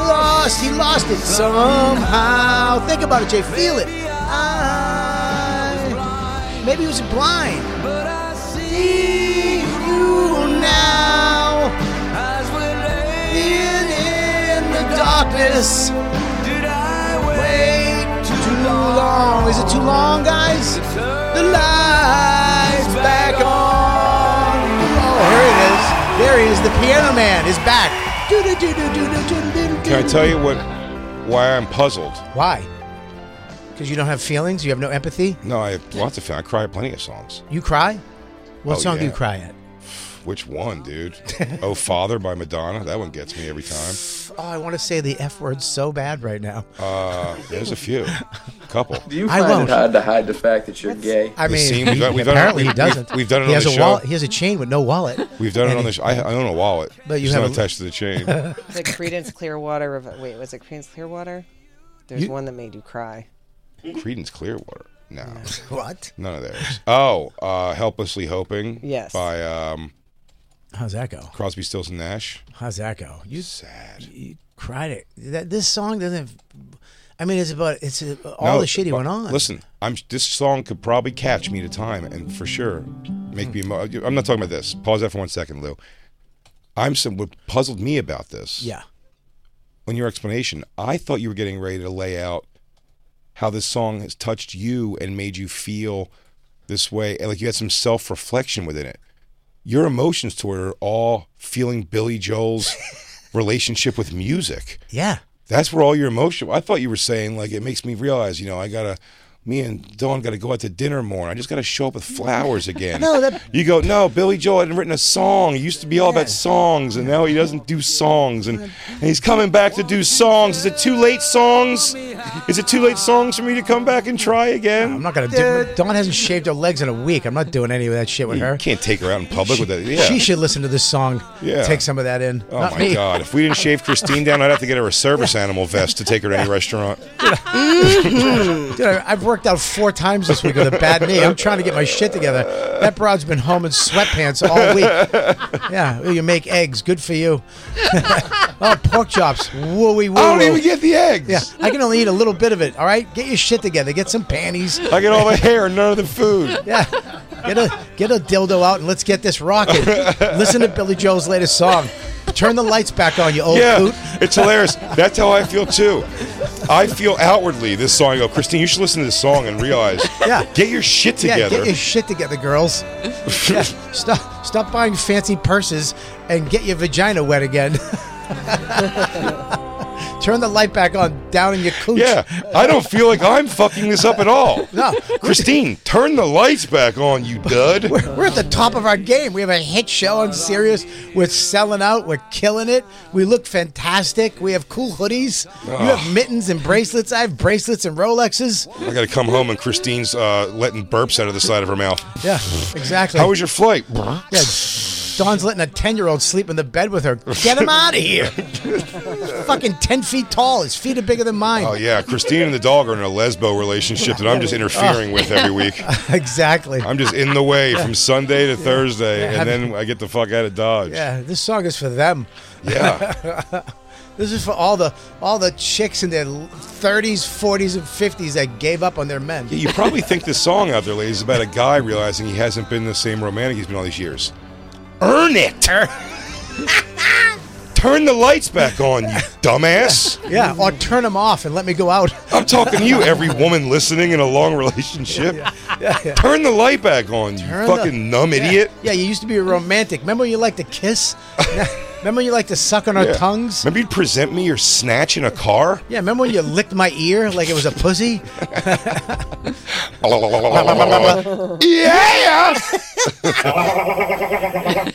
Speaker 1: Lost. He lost it somehow. Think about it, Jay. Feel it. I- Maybe he was blind.
Speaker 11: But I see you now as we're laying in the darkness. Did I wait too long?
Speaker 1: Is it too long, guys?
Speaker 11: The lights back on.
Speaker 1: Oh, here it is. There he is. The Piano Man is back. Can
Speaker 3: Can I tell you what? Why I'm puzzled?
Speaker 1: Why? Because you don't have feelings. You have no empathy.
Speaker 3: No, I have lots of fun. I cry at plenty of songs.
Speaker 1: You cry. What
Speaker 3: Oh,
Speaker 1: song do you
Speaker 3: yeah.
Speaker 1: cry at?
Speaker 3: Which one, dude? oh, Father by Madonna. That one gets me every time.
Speaker 1: Oh, I want to say the F word so bad right now.
Speaker 3: Uh, there's a few, couple. Do
Speaker 1: you I find it won't. hard
Speaker 3: to hide the fact that you're gay?
Speaker 1: I mean,
Speaker 3: we've done, we've done
Speaker 1: apparently
Speaker 3: it,
Speaker 1: he doesn't.
Speaker 3: We've, we've done it
Speaker 1: he
Speaker 3: on
Speaker 1: has
Speaker 3: the
Speaker 1: a
Speaker 3: show.
Speaker 1: wallet. He has a chain with no wallet.
Speaker 3: We've done it
Speaker 1: And
Speaker 3: on the
Speaker 1: he-
Speaker 3: show. I, I own a wallet,
Speaker 1: But you
Speaker 3: It's
Speaker 1: have
Speaker 3: not
Speaker 1: a-
Speaker 3: attached to the chain.
Speaker 9: The Credence Clearwater. Rev- Wait, was it Credence Clearwater? There's
Speaker 3: You-
Speaker 9: one that made you cry.
Speaker 3: Credence Clearwater. No.
Speaker 1: What?
Speaker 3: None of theirs. Oh, uh, helplessly hoping.
Speaker 1: Yes.
Speaker 3: By um,
Speaker 1: How's that go?
Speaker 3: Crosby, Stills, and Nash.
Speaker 1: How's that go? You sad. You cried it. That this song doesn't. I mean, it's about it's uh, all
Speaker 3: No,
Speaker 1: the shit he
Speaker 3: but
Speaker 1: went on.
Speaker 3: Listen, I'm this song could probably catch me to time and for sure make me. Emo- I'm not talking about this. Pause that for one second, Lou. I'm some. What puzzled me about this?
Speaker 1: Yeah.
Speaker 3: On your explanation, I thought you were getting ready to lay out how this song has touched you and made you feel this way, and like you had some self-reflection within it. Your emotions toward it are all feeling Billy Joel's relationship with music.
Speaker 1: Yeah.
Speaker 3: That's where all your emotion. I thought you were saying like it makes me realize, you know, I gotta, me and Dawn gotta go out to dinner more. I just gotta show up with flowers again.
Speaker 1: No, that-
Speaker 3: you go. No, Billy Joel hadn't written a song. He used to be all about songs, and now he doesn't do songs, and, and he's coming back to do songs. Is it too late, songs? Is it too late, songs, for me to come back and try again?
Speaker 1: I'm not gonna do. Dawn hasn't shaved her legs in a week. I'm not doing any of that shit with her.
Speaker 3: Can't take her out in public with that. Yeah.
Speaker 1: She should listen to this song.
Speaker 3: Yeah.
Speaker 1: Take some of that in.
Speaker 3: Oh
Speaker 1: Not
Speaker 3: my
Speaker 1: me.
Speaker 3: God! If we didn't shave Christine down, I'd have to get her a service animal vest to take her to any restaurant.
Speaker 1: Dude, I- I've worked out four times this week with a bad knee. I'm trying to get my shit together. That broad's been home in sweatpants all week. Yeah, well, you make eggs. Good for you. oh, pork chops. Wooey woo.
Speaker 3: I don't even get the eggs.
Speaker 1: Yeah, I can only eat a little bit of it. All right, get your shit together. Get some panties.
Speaker 3: I get all the hair, none of the food.
Speaker 1: Yeah. Get a get a dildo out and let's get this rocking. Listen to Billy Joel's latest song. Turn the lights back on, you old
Speaker 3: yeah,
Speaker 1: coot.
Speaker 3: Oh, it's hilarious. That's how I feel too. I feel outwardly this song. I go, Christine, you should listen to this song and realize.
Speaker 1: Yeah.
Speaker 3: Get your shit
Speaker 1: Yeah,
Speaker 3: together.
Speaker 1: get your shit together, girls. Yeah, stop, stop buying fancy purses and get your vagina wet again. Turn the light back on down in your cooch.
Speaker 3: Yeah, I don't feel like I'm fucking this up at all.
Speaker 1: No.
Speaker 3: Christine, turn the lights back on, you dud.
Speaker 1: We're at the top of our game. We have a hit show on Sirius. We're selling out. We're killing it. We look fantastic. We have cool hoodies. You
Speaker 3: Ugh.
Speaker 1: have mittens and bracelets. I have bracelets and Rolexes.
Speaker 3: I gotta come home and Christine's uh, letting burps out of the side of her mouth.
Speaker 1: Yeah, exactly.
Speaker 3: How was your flight?
Speaker 1: Yeah, Dawn's letting a 10 year old sleep in the bed with her. Get him out of here. Fucking 10 feet tall. His feet are bigger than mine.
Speaker 3: Oh yeah, Christine and the dog are in a lesbo relationship that I'm
Speaker 1: Oh.
Speaker 3: just interfering with every week.
Speaker 1: exactly.
Speaker 3: I'm just in the way from Sunday to Thursday,
Speaker 1: Yeah,
Speaker 3: and
Speaker 1: happy-
Speaker 3: then I get the fuck out of Dodge.
Speaker 1: Yeah, this song is for them.
Speaker 3: Yeah.
Speaker 1: this is for all the all the chicks in their 30s, 40s, and 50s that gave up on their men.
Speaker 3: Yeah, you probably think this song out there, ladies, is about a guy realizing he hasn't been the same romantic he's been all these years. Earn it. Turn the lights back on, you dumbass.
Speaker 1: yeah, or turn them off and let me go out.
Speaker 3: I'm talking to you, every woman listening in a long relationship. Turn the light back on, you
Speaker 1: Turn the-
Speaker 3: fucking numb
Speaker 1: Yeah.
Speaker 3: idiot.
Speaker 1: Yeah, you used to be a romantic. Remember when you liked to kiss? remember when you liked to suck on our
Speaker 3: Yeah.
Speaker 1: tongues?
Speaker 3: Remember you'd present me your snatch in a car?
Speaker 1: Yeah, remember when you licked my ear like it was a pussy?
Speaker 3: yeah!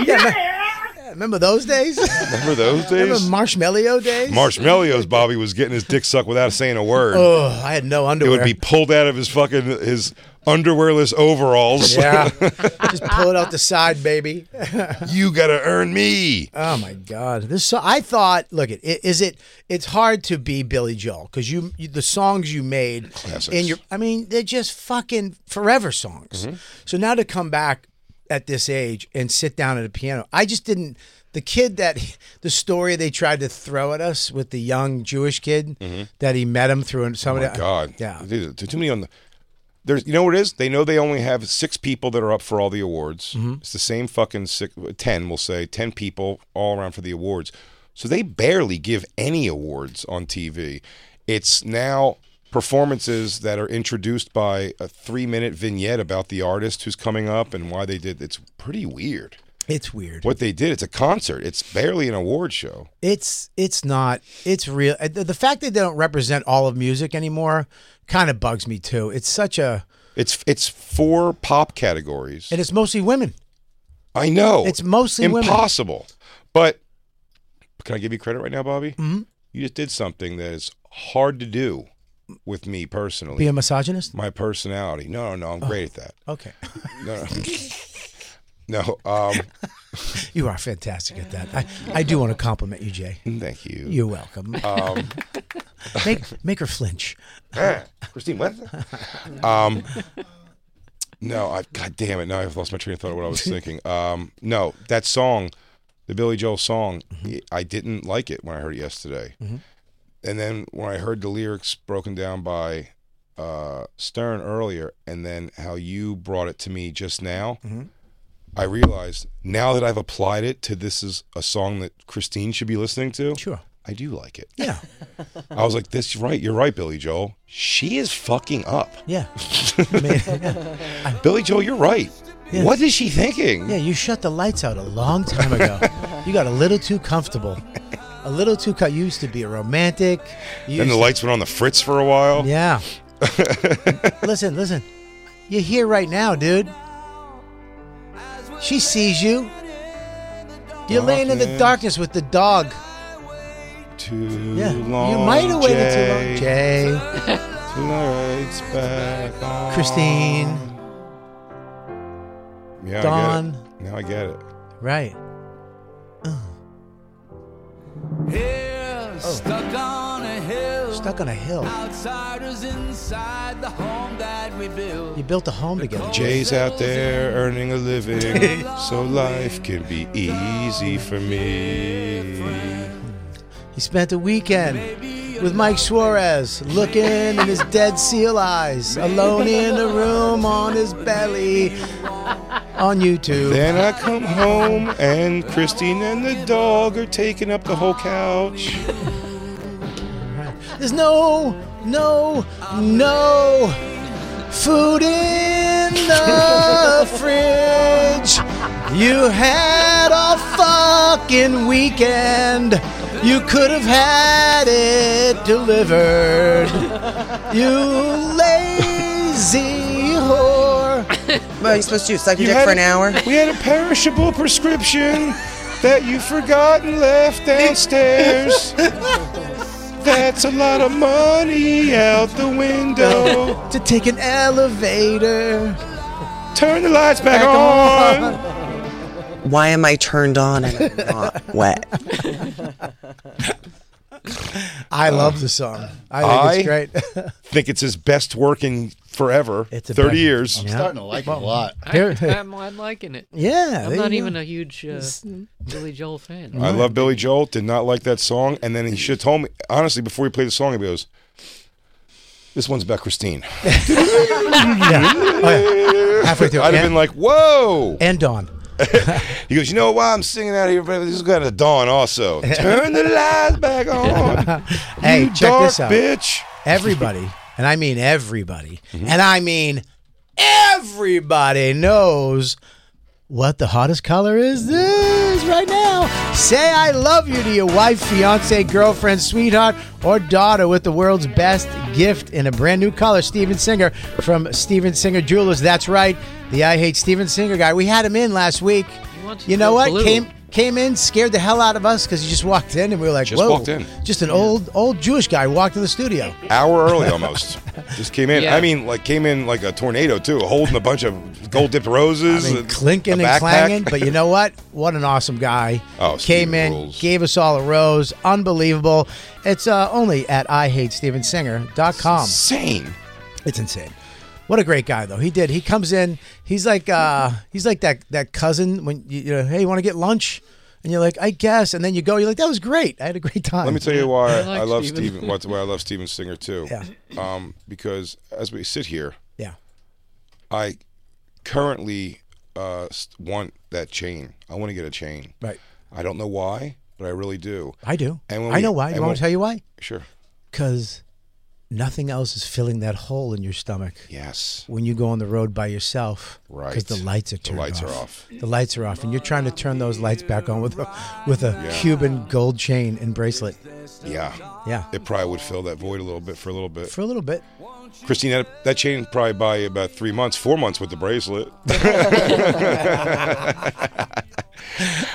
Speaker 1: yeah, remember those days?
Speaker 3: Remember those
Speaker 1: Remember
Speaker 3: days?
Speaker 1: marshmallow days?
Speaker 3: Marshmallows Bobby was getting his dick sucked without saying a word.
Speaker 1: Oh, I had no
Speaker 3: it
Speaker 1: underwear.
Speaker 3: would be pulled out of his fucking his underwearless overalls.
Speaker 1: Yeah. Just pull it out the side, baby.
Speaker 3: you gotta earn me.
Speaker 1: Oh my God! This so I thought. Look, it is it. It's hard to be Billy Joel because you, you the songs you made
Speaker 3: Classics. Mm-hmm.
Speaker 1: in your. I mean, they're just fucking forever songs. So now to come back at this age and sit down at a piano, I just didn't. The kid that the story they tried to throw at us with the young Jewish kid that he met him through and
Speaker 3: Mm-hmm. Oh
Speaker 1: somebody.
Speaker 3: my god.
Speaker 1: Yeah.
Speaker 3: Dude, too many on the there's, you know what it is? They know they only have six people that are up for all the awards. It's the same fucking six, ten, we'll say ten people all around for the awards. So they barely give any awards on TV. It's now performances that are introduced by a three-minute vignette about the artist who's coming up and why they did. It's pretty weird.
Speaker 1: It's weird.
Speaker 3: What they did, it's a concert. It's barely an award show.
Speaker 1: It's it's not it's real. uh, The, the fact that they don't represent all of music anymore kind of bugs me too. It's such a
Speaker 3: It's it's four pop categories.
Speaker 1: and it's mostly women.
Speaker 3: I know.
Speaker 1: It's mostly women.
Speaker 3: impossible. But can I give you credit right now, Bobby? Mm-hmm. You just did something that is hard to do with me personally.
Speaker 1: Be a Oh. misogynist?
Speaker 3: My personality. No, no, no. I'm great at that.
Speaker 1: Okay.
Speaker 3: No, no. no um,
Speaker 1: You are fantastic at that. I, I do want to compliment you, Jay.
Speaker 3: thank you.
Speaker 1: You're welcome.
Speaker 3: Um,
Speaker 1: Make make her flinch.
Speaker 3: eh, Christine, what? Um, no, I, God damn it. Now I've lost my train of thought of what I was thinking. Um, no, that song, the Billy Joel song, I didn't like it when I heard it yesterday. And then when I heard the lyrics broken down by uh, Stern earlier, and then how you brought it to me just now, I realized now that I've applied it to this is a song that Christine should be listening to.
Speaker 1: Sure.
Speaker 3: I do like it.
Speaker 1: Yeah.
Speaker 3: I was like, "This right, you're right, Billy Joel. She is fucking up."
Speaker 1: Yeah.
Speaker 3: Billy Joel, you're right.
Speaker 1: Yeah.
Speaker 3: What is she thinking?
Speaker 1: Yeah, you shut the lights out a long time ago. you got a little too comfortable. A little too co- you used to be a romantic. You
Speaker 3: Then
Speaker 1: used
Speaker 3: the
Speaker 1: to-
Speaker 3: lights went on the fritz for a while.
Speaker 1: Yeah. listen, listen. You're here right now, dude. She sees you. You're laying in the
Speaker 3: Darkness.
Speaker 1: darkness with the dog.
Speaker 3: Too
Speaker 1: Yeah.
Speaker 3: long.
Speaker 1: you might have waited
Speaker 3: Jay,
Speaker 1: too long. Jay.
Speaker 3: Till the lights back on.
Speaker 1: Christine.
Speaker 3: Yeah, I
Speaker 1: Dawn.
Speaker 3: get it. Now I get it.
Speaker 1: Right.
Speaker 8: Oh.
Speaker 11: Here, stuck on a hill.
Speaker 1: Stuck on a hill.
Speaker 11: Outsiders inside the home that we built.
Speaker 1: You built a home together.
Speaker 3: Jay's out there earning a living, so life can be easy for me.
Speaker 1: He spent a weekend with Mike Suarez, looking in his dead seal eyes, alone in a room on his belly on YouTube.
Speaker 3: Then I come home and Christine and the dog are taking up the whole couch.
Speaker 1: There's no, no, no food in the fridge. You had a fucking weekend. You could have had it delivered. You lazy whore.
Speaker 9: Well, you're supposed to suck
Speaker 1: You
Speaker 9: your dick
Speaker 1: had
Speaker 9: for an
Speaker 1: a-
Speaker 9: hour.
Speaker 3: We had a perishable prescription that you forgot and left downstairs. That's a lot of money out the window.
Speaker 1: to take an elevator.
Speaker 3: Turn the lights back,
Speaker 1: Back
Speaker 3: on.
Speaker 1: on.
Speaker 9: Why am I turned on and I'm not wet?
Speaker 1: I love the song. I think
Speaker 3: I
Speaker 1: it's great.
Speaker 3: think it's his best work in forever. It's
Speaker 1: a
Speaker 3: 30
Speaker 1: best-
Speaker 3: years.
Speaker 1: I'm Yeah. starting to
Speaker 8: like it a lot.
Speaker 4: I, I'm, I'm liking it.
Speaker 1: Yeah,
Speaker 4: I'm
Speaker 1: there
Speaker 4: not
Speaker 1: you
Speaker 4: even
Speaker 1: go.
Speaker 4: a huge uh, Billy Joel fan.
Speaker 3: I love Billy Joel. Did not like that song, and then he should have told me honestly before he played the song. He goes, "This one's about Christine."
Speaker 1: Oh, Halfway through.
Speaker 3: I'd have been like, "Whoa!"
Speaker 1: And Dawn.
Speaker 3: He goes, "You know why I'm singing out here? but This is got a dawn also. Turn the lights back on."
Speaker 1: hey,
Speaker 3: You
Speaker 1: check this out,
Speaker 3: dark bitch.
Speaker 1: Everybody, and I mean everybody,
Speaker 3: Mm-hmm.
Speaker 1: and I mean everybody knows what the hottest color is this right now. Say I love you to your wife, fiance, girlfriend, sweetheart, or daughter with the world's best gift in a brand new color. Steven Singer from Steven Singer Jewelers. That's right, the I Hate Steven Singer guy. We had him in last week.
Speaker 4: wants to
Speaker 1: You know
Speaker 4: go
Speaker 1: what?
Speaker 4: blue.
Speaker 1: Came came in, scared the hell out of us because he just walked in and we were like,
Speaker 3: Just
Speaker 1: whoa.
Speaker 3: walked in.
Speaker 1: Just an old old Jewish guy walked in the studio.
Speaker 3: Hour early almost. Just came in.
Speaker 4: Yeah.
Speaker 3: I mean, like came in like a tornado too, holding a bunch of gold dipped roses,
Speaker 1: I mean,
Speaker 3: and
Speaker 1: clinking
Speaker 3: a
Speaker 1: and
Speaker 3: backpack.
Speaker 1: clanging, but you know what? What an awesome guy.
Speaker 3: Oh,
Speaker 1: Came
Speaker 3: Steven
Speaker 1: in,
Speaker 3: rules.
Speaker 1: gave us all a rose. Unbelievable. It's uh, only at IHateStevenSinger.com.
Speaker 3: insane.
Speaker 1: It's insane. What a great guy though. He did. He comes in. He's like uh he's like that that cousin when you, you know, hey, you want to get lunch? And you're like, I guess. And then you go, you're like, that was great. I had a great time.
Speaker 3: Let me tell you why I,
Speaker 4: I like
Speaker 3: love
Speaker 4: Steven.
Speaker 3: Steven. What's why I love Steven Singer too?
Speaker 1: Yeah.
Speaker 3: Um, because as we sit here,
Speaker 1: Yeah.
Speaker 3: I currently uh, s- want that chain. I want to get a chain.
Speaker 1: Right.
Speaker 3: I don't know why, but I really do.
Speaker 1: I do.
Speaker 3: And when
Speaker 1: I
Speaker 3: we-
Speaker 1: know why.
Speaker 3: and
Speaker 1: You want
Speaker 3: when-
Speaker 1: to tell you why?
Speaker 3: Sure.
Speaker 1: Because nothing else is filling that hole in your stomach
Speaker 3: Yes.
Speaker 1: when you go on the road by yourself.
Speaker 3: Right.
Speaker 1: Because the lights are
Speaker 3: The
Speaker 1: turned
Speaker 3: lights are
Speaker 1: off. The lights are off, and you're trying to turn those lights back on with a with a
Speaker 3: Yeah.
Speaker 1: Cuban gold chain and bracelet.
Speaker 3: Yeah.
Speaker 1: Yeah.
Speaker 3: It probably would fill that void a little bit for a little bit.
Speaker 1: For a little bit.
Speaker 3: Christine, that, that chain probably buy you about three months, four months with the bracelet.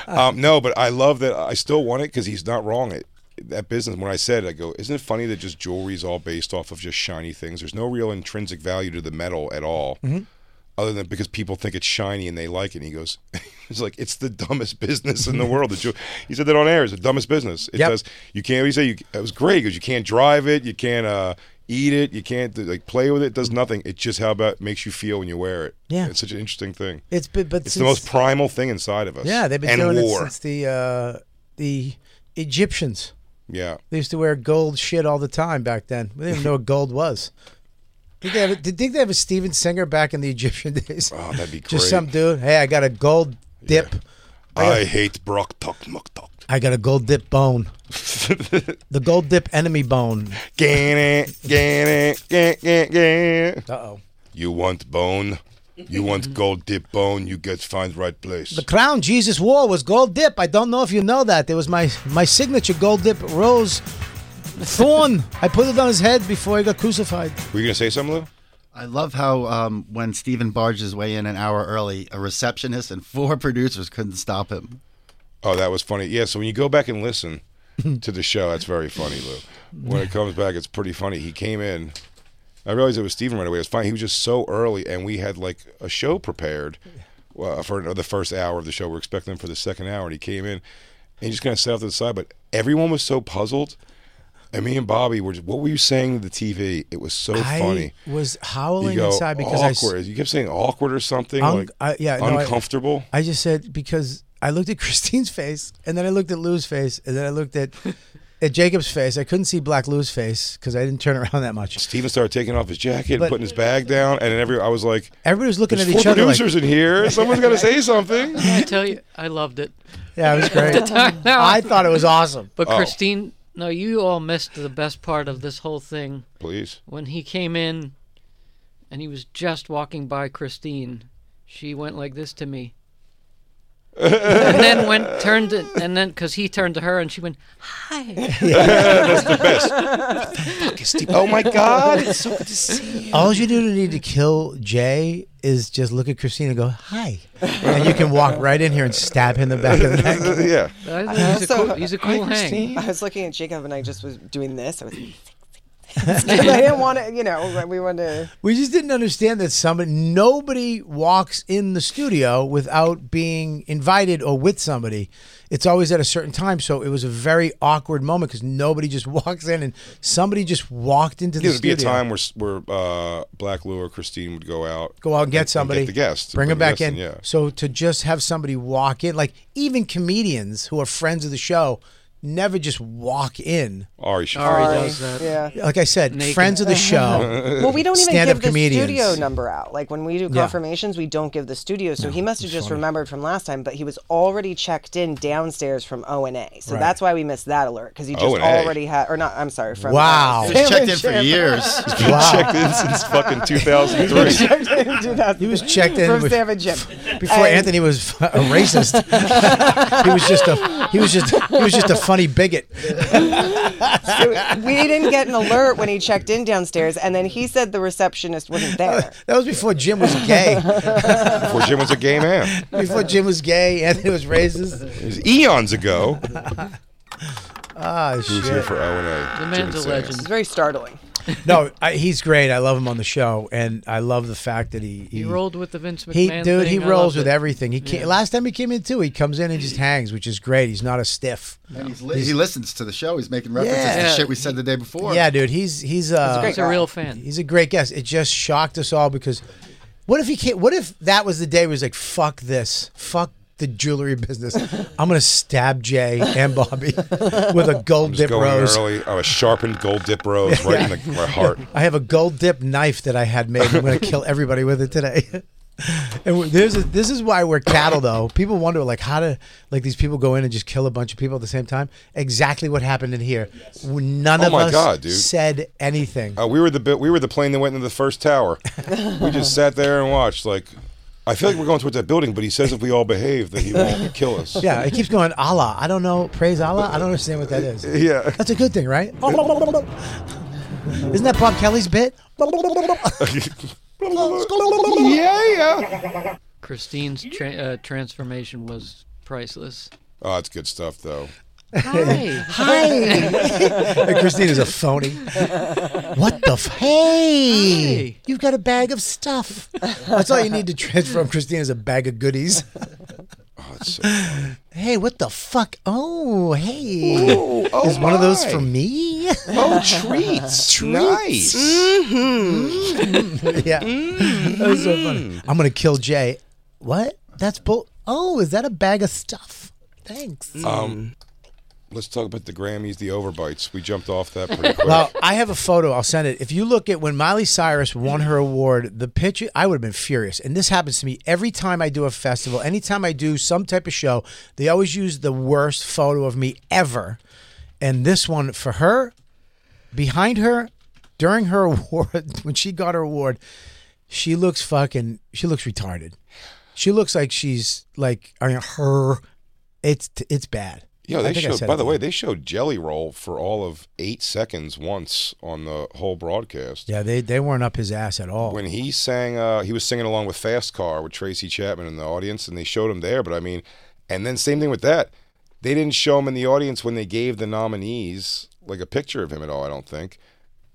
Speaker 3: um, no, but I love that. I still want it because he's not wrong. It that business. When I said, it, I go, isn't it funny that just jewelry is all based off of just shiny things? There's no real intrinsic value to the metal at all, other than because people think it's shiny and they like it. And he goes, it's like it's the dumbest business in the world. The jew- he said that on air. It's the dumbest business. It
Speaker 1: Yep.
Speaker 3: does. You can't. What do you say? You, it was great because you can't drive it. You can't. uh Eat it. You can't like play with it. it. Does nothing. It's just how about makes you feel when you wear it.
Speaker 1: Yeah.
Speaker 3: it's such an interesting thing.
Speaker 1: It's been, but
Speaker 3: It's
Speaker 1: since,
Speaker 3: the most primal thing inside of us.
Speaker 1: yeah they've been
Speaker 3: and
Speaker 1: doing it
Speaker 3: war.
Speaker 1: since the uh, the Egyptians.
Speaker 3: Yeah.
Speaker 1: They used to wear gold shit all the time back then. We didn't even know what gold was. Did they, have, did, did they have a Steven Singer back in the Egyptian days?
Speaker 3: Oh, that'd be
Speaker 1: Just
Speaker 3: great.
Speaker 1: some dude. Hey, I got a gold dip.
Speaker 3: I hate Brock Tuck Muck Tuck.
Speaker 1: I got a gold dip bone. the gold dip enemy bone.
Speaker 3: Gan it, gan it, gan, gan, gan.
Speaker 1: Uh oh.
Speaker 3: You want bone? You want gold dip bone? You get find right place.
Speaker 1: The crown Jesus wore was gold dip. I don't know if you know that. It was my my signature gold dip rose thorn. I put it on his head before he got crucified.
Speaker 3: Were you gonna say something, Lou?
Speaker 8: I love how um, when Steven barges way in an hour early, a receptionist and four producers couldn't stop him.
Speaker 3: Oh, that was funny. Yeah. So when you go back and listen to the show, that's very funny, Lou. When it comes back, it's pretty funny. He came in. I realized it was Steven right away. It was fine. He was just so early, and we had like a show prepared uh, for the first hour of the show. We're expecting him for the second hour, and he came in and he just kind of sat off to the side. But everyone was so puzzled, and me and Bobby were. Just, what were you saying to the TV? It was so funny.
Speaker 1: I was
Speaker 3: You
Speaker 1: howling
Speaker 3: go
Speaker 1: inside because I s-
Speaker 3: awkward. you kept saying awkward or something
Speaker 1: Un-
Speaker 3: like
Speaker 1: I- yeah, no, I-
Speaker 3: uncomfortable.
Speaker 1: I just said because I looked at Christine's face, and then I looked at Lou's face, and then I looked at at Jacob's face. I couldn't see Black Lou's face because I didn't turn around that much.
Speaker 3: Steven started taking off his jacket
Speaker 1: But-
Speaker 3: and putting his bag down, and then every I was like,
Speaker 1: Everybody was looking
Speaker 3: "There's
Speaker 1: at each
Speaker 3: four
Speaker 1: other like-
Speaker 3: producers in here. Someone's got to say something."
Speaker 4: I tell you, I loved it.
Speaker 1: Yeah, it was great.
Speaker 4: No.
Speaker 1: I thought it was awesome.
Speaker 4: But
Speaker 3: Oh.
Speaker 4: Christine, no, you all missed the best part of this whole thing
Speaker 3: Please,
Speaker 4: when he came in, and he was just walking by Christine. She went like this to me. and then went turned it, and then because he turned to her and she went, "Hi."
Speaker 3: That's the best. What the fuck is Steve- Oh my God, it's so good to see you.
Speaker 1: All you do to need to kill Jay is just look at Christina and go, hi. And you can walk right in here and stab him in the back of the neck.
Speaker 3: yeah.
Speaker 5: I
Speaker 4: He's a
Speaker 5: also-
Speaker 4: cool, he's a cool hang.
Speaker 5: I was looking at Jacob and I just was doing this. I was. I didn't want to, you know, we wanted to.
Speaker 1: We just didn't understand that somebody, nobody walks in the studio without being invited or with somebody. It's always at a certain time. So it was a very awkward moment because nobody just walks in and somebody just walked into the
Speaker 3: There'd be
Speaker 1: studio.
Speaker 3: a time where s- where uh, Black Lou or Christine would go out,
Speaker 1: Go out and get somebody.
Speaker 3: the guest,
Speaker 1: Bring, them
Speaker 3: the
Speaker 1: back
Speaker 3: guest
Speaker 1: in.
Speaker 3: Yeah,
Speaker 1: So to just have somebody walk in, like even comedians who are friends of the show, never just walk in.
Speaker 3: Ari, should
Speaker 4: Ari
Speaker 3: fucking-
Speaker 4: does that.
Speaker 5: Yeah.
Speaker 1: Like I said,
Speaker 4: Naked.
Speaker 1: friends of the show.
Speaker 5: Well, we don't even
Speaker 1: stand-up
Speaker 5: give the
Speaker 1: comedians.
Speaker 5: studio number out. Like when we do
Speaker 1: Yeah.
Speaker 5: confirmations, we don't give the studio. So he must have just remembered from last time, but he was already checked in downstairs from O and A. So
Speaker 1: Right.
Speaker 5: that's why we missed that alert because he just
Speaker 3: O&A.
Speaker 5: already had, or not? I'm sorry. From uh,
Speaker 1: Wow. He
Speaker 8: was checked
Speaker 5: Family
Speaker 8: in for
Speaker 5: Channel.
Speaker 8: years.
Speaker 3: He's been
Speaker 1: Wow.
Speaker 3: checked in since fucking 2003.
Speaker 5: Checked in in 2000.
Speaker 1: He was checked in
Speaker 5: from
Speaker 1: with-
Speaker 5: Sam and Jim.
Speaker 1: Before
Speaker 5: And-
Speaker 1: Anthony was a racist, he was just a he was just he was just a funny bigot.
Speaker 5: So we didn't get an alert when he checked in downstairs, and then he said the receptionist wasn't there.
Speaker 1: That was before Jim was gay.
Speaker 3: Before Jim was a gay man,
Speaker 1: Before Jim was gay, Anthony was racist.
Speaker 3: it was eons ago.
Speaker 1: Ah,
Speaker 3: He was here
Speaker 1: shit.
Speaker 3: for O and A.
Speaker 4: The man's a legend.
Speaker 5: It's very startling.
Speaker 1: No, I, he's great. I love him on the show, and I love the fact that he
Speaker 4: He rolled with the Vince McMahon
Speaker 1: He, dude, he
Speaker 4: thing. I
Speaker 1: rolls
Speaker 4: loved
Speaker 1: with
Speaker 4: it.
Speaker 1: everything. He can last time he came in too. He comes in and just hangs, which is great. He's not a stiff.
Speaker 8: And he's li- he listens to the show. He's making references
Speaker 1: Yeah.
Speaker 8: to shit we said the day before.
Speaker 1: Yeah, dude, he's he's uh,
Speaker 5: great
Speaker 4: He's a real fan.
Speaker 1: He's a great guest. It just shocked us all because what if he can't? What if that was the day where he was like, fuck this, fuck the jewelry business. I'm gonna stab Jay and Bobby with a gold
Speaker 3: Just
Speaker 1: dip
Speaker 3: going
Speaker 1: rose.
Speaker 3: early. Oh, a sharpened gold dip rose right in the, my heart.
Speaker 1: I have a gold dip knife that I had made. I'm gonna kill everybody with it today. And we- there's a, this is why we're cattle though. People wonder like how to like these people go in and just kill a bunch of people at the same time. Exactly what happened in here. None
Speaker 3: Oh
Speaker 1: of
Speaker 3: my
Speaker 1: us
Speaker 3: God, dude.
Speaker 1: said anything.
Speaker 3: Uh, we were the bit, we were the plane that went into the first tower. we just sat there and watched. Like, I feel like we're going towards that building, but he says if we all behave, that he won't kill us.
Speaker 1: Yeah, it keeps going. Allah, I don't know. Praise Allah. I don't understand what that is.
Speaker 3: Yeah.
Speaker 1: that's a good thing, right? Isn't that Bob Kelly's bit?
Speaker 3: yeah.
Speaker 4: Christine's tra- uh, transformation was priceless.
Speaker 3: Oh, it's good stuff though.
Speaker 4: Hi.
Speaker 1: And Christina's a phony. What the? F- hey, you've got a bag of stuff. That's all you need to transform Christina's a bag of goodies.
Speaker 3: Oh, it's so funny.
Speaker 1: Hey, what the fuck? Oh, hey, is one of those for me?
Speaker 3: Oh, treats. Nice.
Speaker 1: Mm-hmm. yeah,
Speaker 3: Mm-hmm.
Speaker 1: that was so
Speaker 3: Mm.
Speaker 1: funny. I'm gonna kill Jay. What? That's bull. Oh, is that a bag of stuff? Thanks.
Speaker 3: Um, let's talk about the Grammys, the overbites. We jumped off that pretty quick.
Speaker 1: Well, I have a photo. I'll send it. If you look at when Miley Cyrus won her award, the picture, I would have been furious. And this happens to me every time I do a festival, anytime I do some type of show, they always use the worst photo of me ever. And this one for her, behind her, during her award, when she got her award, she looks fucking, she looks retarded. She looks like she's like, I mean, her, it's it's bad.
Speaker 3: Yeah,
Speaker 1: I
Speaker 3: they
Speaker 1: think I
Speaker 3: showed.
Speaker 1: said
Speaker 3: By
Speaker 1: it
Speaker 3: the
Speaker 1: wrong.
Speaker 3: way, they showed Jelly Roll for all of eight seconds once on the whole broadcast.
Speaker 1: yeah, they they weren't up his ass at all.
Speaker 3: When he sang, uh, he was singing along with Fast Car with Tracy Chapman in the audience, and they showed him there. But I mean, and then same thing with that. They didn't show him in the audience when they gave the nominees like a picture of him at all. I don't think.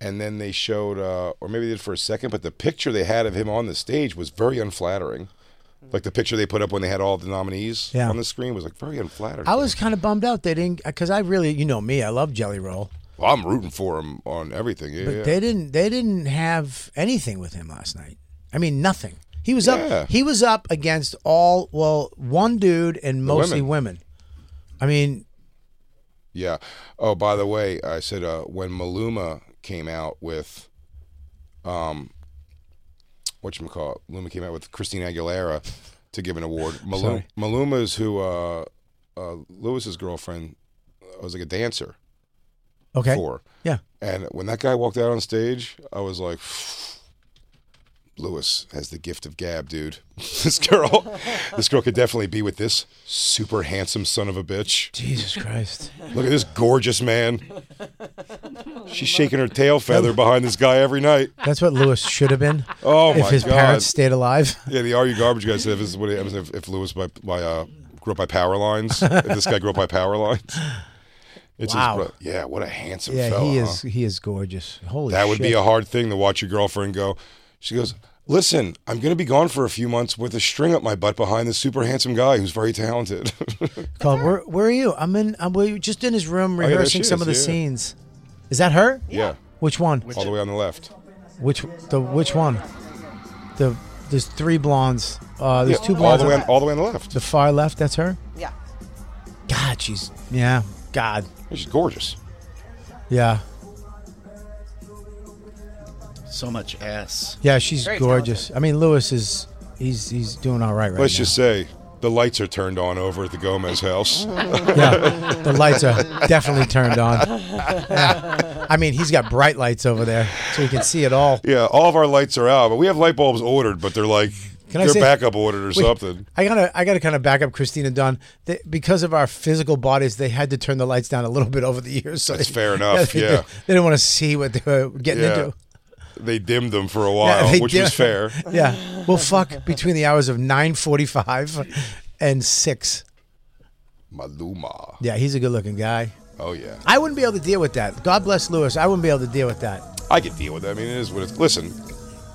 Speaker 3: And then they showed, uh, or maybe they did for a second, but the picture they had of him on the stage was very unflattering. Like the picture they put up when they had all the nominees
Speaker 1: Yeah.
Speaker 3: on the screen was like very unflattering.
Speaker 1: I was kind of bummed out they didn't because I really, you know me, I love Jelly Roll,
Speaker 3: Well, I'm rooting for him on everything. Yeah,
Speaker 1: but
Speaker 3: yeah.
Speaker 1: they didn't. They didn't have anything with him last night. I mean, nothing. He was
Speaker 3: Yeah.
Speaker 1: up. He was up against all. Well, one dude and mostly women. I mean,
Speaker 3: Yeah. Oh, by the way, I said uh, when Maluma came out with, um, what you call Maluma came out with Christine Aguilera to give an award. Maluma,
Speaker 1: Sorry.
Speaker 3: Maluma's who uh, uh, Lewis's girlfriend uh, was like a dancer
Speaker 1: okay,
Speaker 3: for,
Speaker 1: yeah,
Speaker 3: and when that guy walked out on stage, I was like, Lewis has the gift of gab, dude. this girl, this girl could definitely be with this super handsome son of a bitch.
Speaker 1: Jesus Christ!
Speaker 3: Look at this gorgeous man. She's shaking her tail feather behind this guy every night.
Speaker 1: That's what Lewis should have been.
Speaker 3: Oh
Speaker 1: if
Speaker 3: my
Speaker 1: his
Speaker 3: God.
Speaker 1: parents stayed alive.
Speaker 3: Yeah, the Are You Garbage guy said if this is what it, I mean, if, if Lewis by, by uh, grew up by power lines, if this guy grew up by power lines. It's
Speaker 1: Wow.
Speaker 3: His bro- yeah, what a handsome
Speaker 1: yeah,
Speaker 3: fella,
Speaker 1: he
Speaker 3: huh?
Speaker 1: is. He is gorgeous. Holy.
Speaker 3: uh-huh. that would be
Speaker 1: shit.
Speaker 3: a hard thing to watch your girlfriend go. She goes, "Listen, I'm going to be gone for a few months with a string up my butt behind this super handsome guy who's very talented."
Speaker 1: Call him, where, where are you? I'm in. I'm we're just in his room
Speaker 3: Oh, yeah, there
Speaker 1: rehearsing
Speaker 3: she
Speaker 1: some
Speaker 3: is,
Speaker 1: of the
Speaker 3: yeah.
Speaker 1: scenes. Is that her?
Speaker 3: yeah,
Speaker 1: Which one?
Speaker 3: all the way on the left.
Speaker 1: Which the which one? The there's three blondes. Uh, there's
Speaker 3: Yeah,
Speaker 1: two
Speaker 3: all
Speaker 1: blondes.
Speaker 3: the way on, all the way on the left.
Speaker 1: The far left. That's her.
Speaker 5: Yeah.
Speaker 1: God, she's yeah. God,
Speaker 3: She's gorgeous.
Speaker 1: yeah,
Speaker 8: So much ass.
Speaker 1: yeah. She's
Speaker 8: Very
Speaker 1: gorgeous. I mean, Lewis is he's he's doing all right right
Speaker 3: Let's
Speaker 1: now.
Speaker 3: just say the lights are turned on over at the Gomez house.
Speaker 1: yeah, the lights are definitely turned on. Yeah. I mean, he's got bright lights over there, so you can see it all.
Speaker 3: Yeah, all of our lights are out, but we have light bulbs ordered, but they're like
Speaker 1: Can I
Speaker 3: they're
Speaker 1: say-
Speaker 3: backup ordered or
Speaker 1: Wait,
Speaker 3: something.
Speaker 1: I gotta, I gotta kind of back up Christina Dunn. They, because of our physical bodies, they had to turn the lights down a little bit over the years. So
Speaker 3: That's
Speaker 1: they-
Speaker 3: fair enough,
Speaker 1: they,
Speaker 3: yeah.
Speaker 1: they didn't want to see what they were getting
Speaker 3: yeah.
Speaker 1: into.
Speaker 3: They dimmed them for a
Speaker 1: Yeah,
Speaker 3: while,
Speaker 1: they
Speaker 3: which
Speaker 1: did.
Speaker 3: was fair.
Speaker 1: Yeah, well, fuck between the hours of nine forty-five and six.
Speaker 3: Maluma.
Speaker 1: Yeah, he's a good-looking guy.
Speaker 3: Oh yeah.
Speaker 1: I wouldn't be able to deal with that. God bless Lewis. I wouldn't be able to deal with that.
Speaker 3: I could deal with that. I mean, it is what it's. Listen,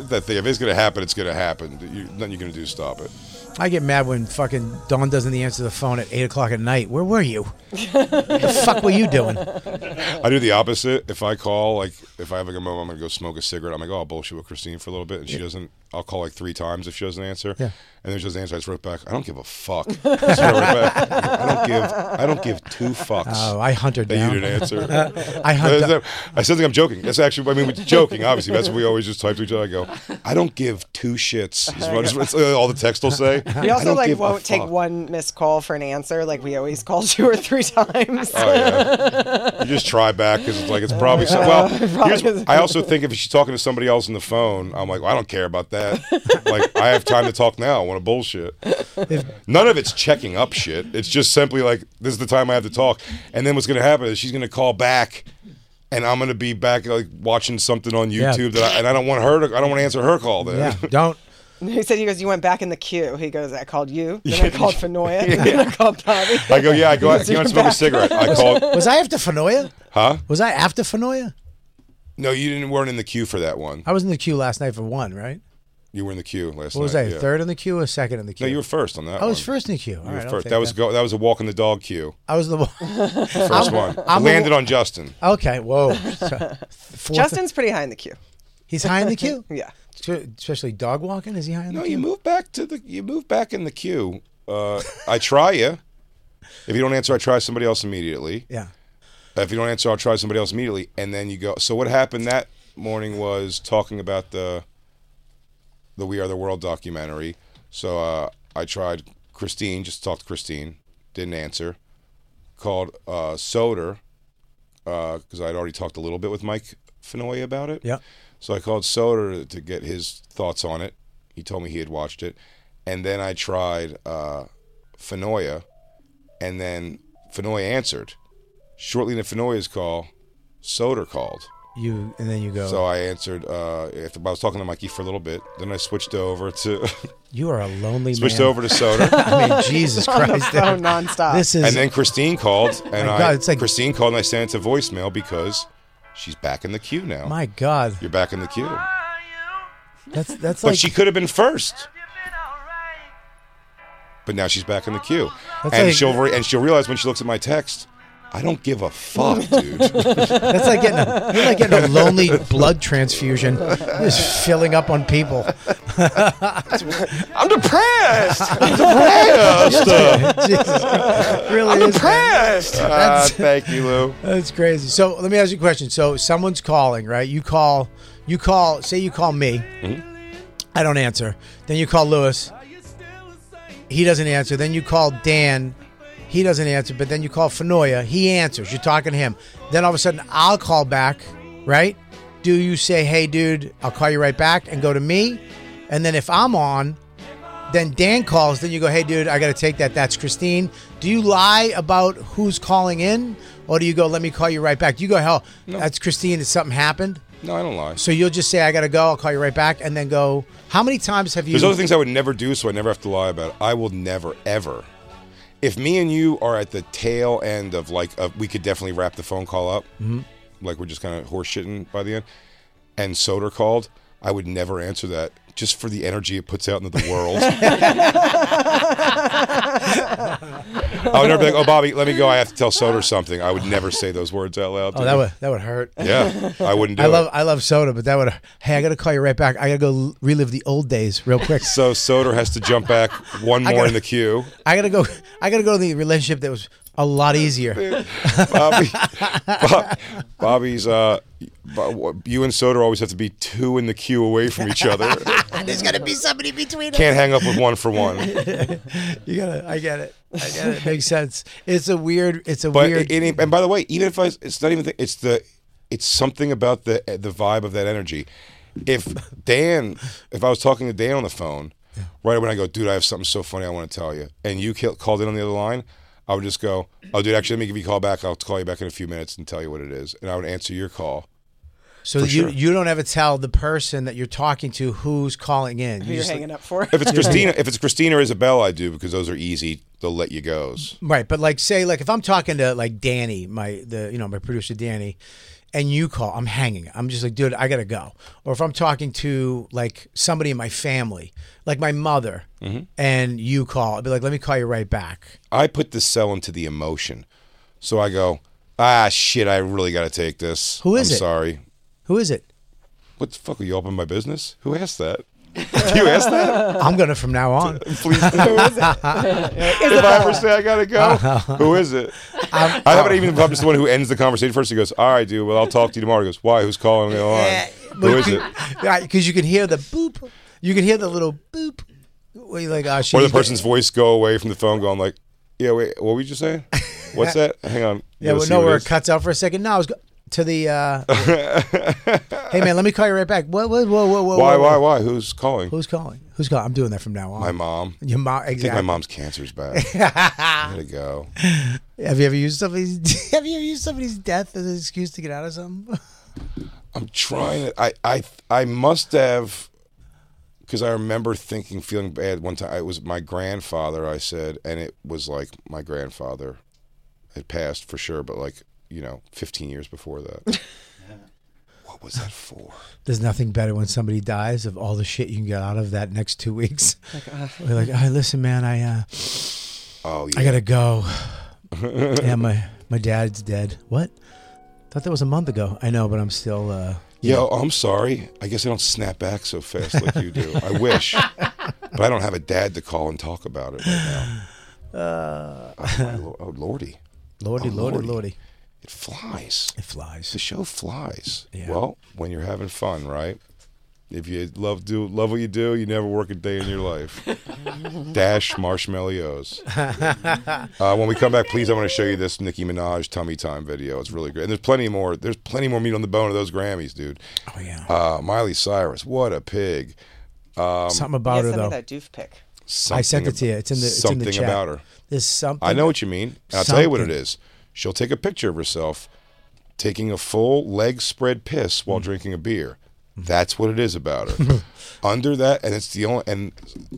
Speaker 3: that thing. If it's gonna happen, it's gonna happen. You, nothing you're gonna do to stop it.
Speaker 1: I get mad when fucking Dawn doesn't answer the phone at eight o'clock at night. Where were you? the fuck were you doing?
Speaker 3: I do the opposite. If I call, like, if I have like, a moment, I'm gonna go smoke a cigarette. I'm like, oh, I'll bullshit with Christine for a little bit, and she doesn't. I'll call like three times if she doesn't answer,
Speaker 1: Yeah.
Speaker 3: and then she doesn't answer. I just wrote back, I don't give a fuck. I, just wrote right back, I don't give. I don't give two fucks.
Speaker 1: Oh, I hunt her
Speaker 3: that
Speaker 1: down.
Speaker 3: you didn't answer.
Speaker 1: I hunt
Speaker 3: That's
Speaker 1: her-
Speaker 3: not- I said that I'm joking. That's actually. I mean, we're joking. Obviously, that's what we always just type to each other. I go, I don't give two shits. Is what, it's all the text will say.
Speaker 5: We
Speaker 3: I
Speaker 5: also
Speaker 3: don't
Speaker 5: like
Speaker 3: give a
Speaker 5: won't take
Speaker 3: fuck.
Speaker 5: one missed call for an answer. Like we always call two or three times.
Speaker 3: Oh yeah, you just try back because it's like it's probably so. Well,
Speaker 5: Probably
Speaker 3: here's-
Speaker 5: is-
Speaker 3: I also think if she's talking to somebody else on the phone, I'm like, well, I don't care about that. like I have time to talk now. I want to bullshit. None of it's checking up shit. It's just simply like this is the time I have to talk. And then what's gonna happen is she's gonna call back. And I'm gonna be back like watching something on
Speaker 1: Yeah.
Speaker 3: YouTube that I, and I don't want her to I don't want to answer her call then.
Speaker 1: Yeah, don't.
Speaker 5: He said he goes, You went back in the queue. He goes, I called you, then I called Fenoya, then I
Speaker 3: Yeah.
Speaker 5: called Bobby.
Speaker 3: I go, yeah, I go out,
Speaker 5: Because
Speaker 3: you
Speaker 5: you
Speaker 3: want
Speaker 5: were
Speaker 3: to smoke
Speaker 5: back.
Speaker 3: a cigarette? I called,
Speaker 1: Was I after Fanoia?
Speaker 3: huh?
Speaker 1: Was I after Fanoia?
Speaker 3: No, you didn't. weren't in the queue for that one.
Speaker 1: I was in the queue last night for one, right?
Speaker 3: You were in the queue last night.
Speaker 1: What was I?
Speaker 3: yeah.
Speaker 1: Third in the queue or second in the queue?
Speaker 3: No, you were first on that.
Speaker 1: I was
Speaker 3: one.
Speaker 1: first in the queue. All
Speaker 3: You were
Speaker 1: right, I'll
Speaker 3: first.
Speaker 1: take
Speaker 3: That was
Speaker 1: that.
Speaker 3: go, that was a walk in the dog queue.
Speaker 1: I was the one.
Speaker 3: 1st one.
Speaker 1: I'm a-
Speaker 3: Landed on Justin.
Speaker 1: Okay, whoa. So, fourth-
Speaker 5: Justin's pretty high in the queue.
Speaker 1: He's high in the queue.
Speaker 5: Yeah.
Speaker 1: Especially dog walking. Is he high in the
Speaker 3: No,
Speaker 1: queue?
Speaker 3: you move back to the. You move back in the queue. Uh, I try you. If you don't answer, I try somebody else immediately.
Speaker 1: Yeah.
Speaker 3: If you don't answer, I'll try somebody else immediately, and then you go. So what happened that morning was talking about the the We Are the World documentary. So uh, I tried Christine, just talked to Christine, didn't answer. Called uh, Soder because I'd already talked a little bit with Mike Fenoy about it.
Speaker 1: Yeah.
Speaker 3: So I called Soder to get his thoughts on it. He told me he had watched it, and then I tried uh, Fenoya, and then Fenoy answered. Shortly into Fenoya's call, Soder called.
Speaker 1: You and then you go.
Speaker 3: So I answered. Uh, after I was talking to Mikey for a little bit, then I switched over to
Speaker 1: you are a lonely
Speaker 3: switched
Speaker 1: man.
Speaker 3: over to Soder.
Speaker 1: I mean, Jesus
Speaker 5: On the
Speaker 1: Christ.
Speaker 5: phone nonstop.
Speaker 1: This is.
Speaker 3: and then Christine called, and
Speaker 1: My
Speaker 3: I
Speaker 1: God, it's like-
Speaker 3: Christine called, and I sent it to voicemail because she's back in the queue now.
Speaker 1: my God.
Speaker 3: You're back in the queue.
Speaker 1: That's that's
Speaker 3: but
Speaker 1: like.
Speaker 3: she could have been first. But now she's back in the queue,
Speaker 1: That's
Speaker 3: and
Speaker 1: like-
Speaker 3: she'll re- and she'll realize when she looks at my text, I don't give a fuck, dude.
Speaker 1: that's like getting a, you're like getting a lonely blood transfusion. You're just filling up on people.
Speaker 3: I'm depressed. I'm depressed.
Speaker 1: Jesus Christ. Really is. man.
Speaker 3: depressed. Ah, thank you, Lou.
Speaker 1: That's crazy. So let me ask you a question. So someone's calling, right? You call, you call. Say you call me. I don't answer. Then you call Lewis. He doesn't answer. Then you call Dan. He doesn't answer. But then you call Fenoya. He answers. You're talking to him. Then all of a sudden, I'll call back, right? Do you say, "Hey, dude, I'll call you right back," and go to me? And then if I'm on, then Dan calls. Then you go, hey, dude, I got to take that. That's Christine. Do you lie about who's calling in? Or do you go, let me call you right back? Do you go, hell,
Speaker 3: No.
Speaker 1: that's Christine. Did something happened?
Speaker 3: No, I don't lie.
Speaker 1: So you'll just say, I got to go. I'll call you right back. And then go, how many times have you.
Speaker 3: There's other things I would never do, so I never have to lie about. It. I will never ever. If me and you are at the tail end of like, of we could definitely wrap the phone call up.
Speaker 1: Mhm.
Speaker 3: Like we're just kind of horseshitting by the end. And Soder called. I would never answer that just for the energy it puts out into the world. I would never be like, "Oh, Bobby, let me go. I have to tell Soder something." I would never say those words out loud.
Speaker 1: Oh,
Speaker 3: to
Speaker 1: that
Speaker 3: him.
Speaker 1: would that would hurt.
Speaker 3: Yeah, I wouldn't do
Speaker 1: I
Speaker 3: it.
Speaker 1: love I love soda, but that would. Hey, I gotta call you right back. I gotta go l- relive the old days real quick.
Speaker 3: So Soder has to jump back one
Speaker 1: I
Speaker 3: more in
Speaker 1: gotta-
Speaker 3: the queue.
Speaker 1: I gotta go. I gotta go to the relationship that was a lot easier.
Speaker 3: Bobby, Bob, Bobby's, uh, Bo- you and Soder always have to be two in the queue away from each other.
Speaker 1: There's gotta be somebody between us.
Speaker 3: Can't hang up with one for one.
Speaker 1: you gotta. I get it. I get it. Makes sense. It's a weird. It's a
Speaker 3: But
Speaker 1: weird.
Speaker 3: it, it- and by the way, even if I, it's not even the, it's the, it's something about the the vibe of that energy. If Dan, if I was talking to Dan on the phone, right when I go, dude, I have something so funny I want to tell you, and you ca- called in on the other line, I would just go, oh, dude, actually, let me give you a call back. I'll call you back in a few minutes and tell you what it is, and I would answer your call.
Speaker 1: so
Speaker 3: for
Speaker 1: you
Speaker 3: sure.
Speaker 1: you don't ever tell the person that you're talking to who's calling in.
Speaker 5: Who you're hanging up for?
Speaker 3: If it's Christina, if it's Christina or Isabel, I do because those are easy. They'll let you goes.
Speaker 1: Right, but like say like if I'm talking to like Danny, my the you know my producer Danny, and you call, I'm hanging. I'm just like, dude, I gotta go. Or if I'm talking to like somebody in my family, like my mother,
Speaker 3: Mm-hmm.
Speaker 1: and you call, I'd be like, let me call you right back.
Speaker 3: I put the sell into the emotion, so I go, ah, shit, I really got to take this.
Speaker 1: Who is
Speaker 3: I'm
Speaker 1: it?
Speaker 3: Sorry.
Speaker 1: Who is it?
Speaker 3: What the fuck are you open my business? Who asked that? you asked that?
Speaker 1: I'm gonna from now on.
Speaker 3: Please do. if I ever say I gotta go, who is it? I haven't even bumped into the one who ends the conversation first. He goes, "All right, dude. Well, I'll talk to you tomorrow." He goes, "Why? Who's calling me on? Who is it?"
Speaker 1: Because you can hear the boop, you can hear the little boop. Where you're like, oh, shit,
Speaker 3: Or the
Speaker 1: he's got-
Speaker 3: person's voice go away from the phone, going like, "Yeah, wait, what were you just saying? What's that? Hang on."
Speaker 1: Yeah,
Speaker 3: Gotta
Speaker 1: well,
Speaker 3: see
Speaker 1: no,
Speaker 3: what it
Speaker 1: where
Speaker 3: is."
Speaker 1: it cuts out for a second. No, I was go- to the. Uh, hey man, let me call you right back. What? What? Whoa, whoa, whoa.
Speaker 3: Why?
Speaker 1: whoa,
Speaker 3: Why?
Speaker 1: whoa.
Speaker 3: Why? Who's calling?
Speaker 1: Who's calling? Who's calling? I'm doing that from now on.
Speaker 3: My mom.
Speaker 1: Your mom.
Speaker 3: I think
Speaker 1: Exactly.
Speaker 3: my mom's cancer's back. I gotta go.
Speaker 1: Have you ever used somebody's? Have you ever used somebody's death as an excuse to get out of something?
Speaker 3: I'm trying to. I I I must have, because I remember thinking, feeling bad one time. It was my grandfather. I said, and it was like my grandfather had passed for sure, but like you know, 15 years before that. what was that for?
Speaker 1: There's nothing better when somebody dies of all the shit you can get out of that next two weeks.
Speaker 5: Like, uh,
Speaker 1: We're like, "Ah, listen, man, I uh,
Speaker 3: Oh, yeah.
Speaker 1: I gotta go. yeah, my my dad's dead. What? Thought that was a month ago. I know, but I'm still. Uh,
Speaker 3: Yo, I'm sorry. I guess I don't snap back so fast like you do. I wish, but I don't have a dad to call and talk about it right now.
Speaker 1: Uh,
Speaker 3: Oh, my lo- oh lordy,
Speaker 1: Lordy, lordy,
Speaker 3: Oh, lordy.
Speaker 1: lordy.
Speaker 3: it flies.
Speaker 1: It flies.
Speaker 3: The show flies.
Speaker 1: Yeah.
Speaker 3: Well, when you're having fun, right? If you love do love what you do, you never work a day in your life. Dash marshmallows. Uh, when we come back, please, I want to show you this Nicki Minaj tummy time video. It's really great, and there's plenty more. There's plenty more meat on the bone of those Grammys, dude.
Speaker 1: Oh yeah.
Speaker 3: Uh, Miley Cyrus, what a pig. Um,
Speaker 1: something
Speaker 5: yeah,
Speaker 1: about her
Speaker 5: send me
Speaker 1: though.
Speaker 5: that doof pic.
Speaker 3: something
Speaker 1: I sent it to
Speaker 3: ab-
Speaker 1: you. It's in the it's in
Speaker 3: something
Speaker 1: the chat.
Speaker 3: about her.
Speaker 1: There's something.
Speaker 3: I know what you mean. And I'll tell you what it
Speaker 1: Something.
Speaker 3: is. She'll take a picture of herself taking a full leg spread piss
Speaker 1: Mm.
Speaker 3: while drinking a beer. That's what it is about her. Under that, and it's the only and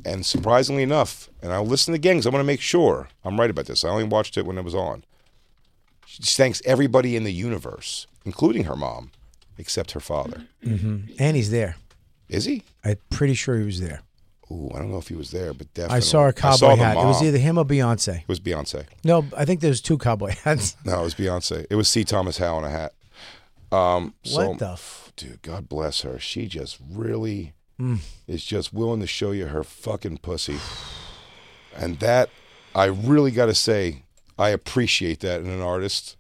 Speaker 3: and surprisingly enough, and I'll listen to gangs. I want to make sure I'm right about this. I only watched it when it was on. She thanks everybody in the universe, including her mom, except her father.
Speaker 1: hmm And he's there.
Speaker 3: Is he?
Speaker 1: I'm pretty sure he was there.
Speaker 3: Ooh, I don't know if he was there, but definitely
Speaker 1: I saw a cowboy
Speaker 3: saw the
Speaker 1: hat. It was
Speaker 3: mom.
Speaker 1: either him or Beyonce.
Speaker 3: It was Beyonce.
Speaker 1: No, I think there's two cowboy hats.
Speaker 3: No, it was Beyonce. It was C. Thomas Howe in a hat. Um, so,
Speaker 1: What the f-
Speaker 3: dude? God bless her. She just really
Speaker 1: Mm.
Speaker 3: is just willing to show you her fucking pussy, and that I really got to say I appreciate that in an artist.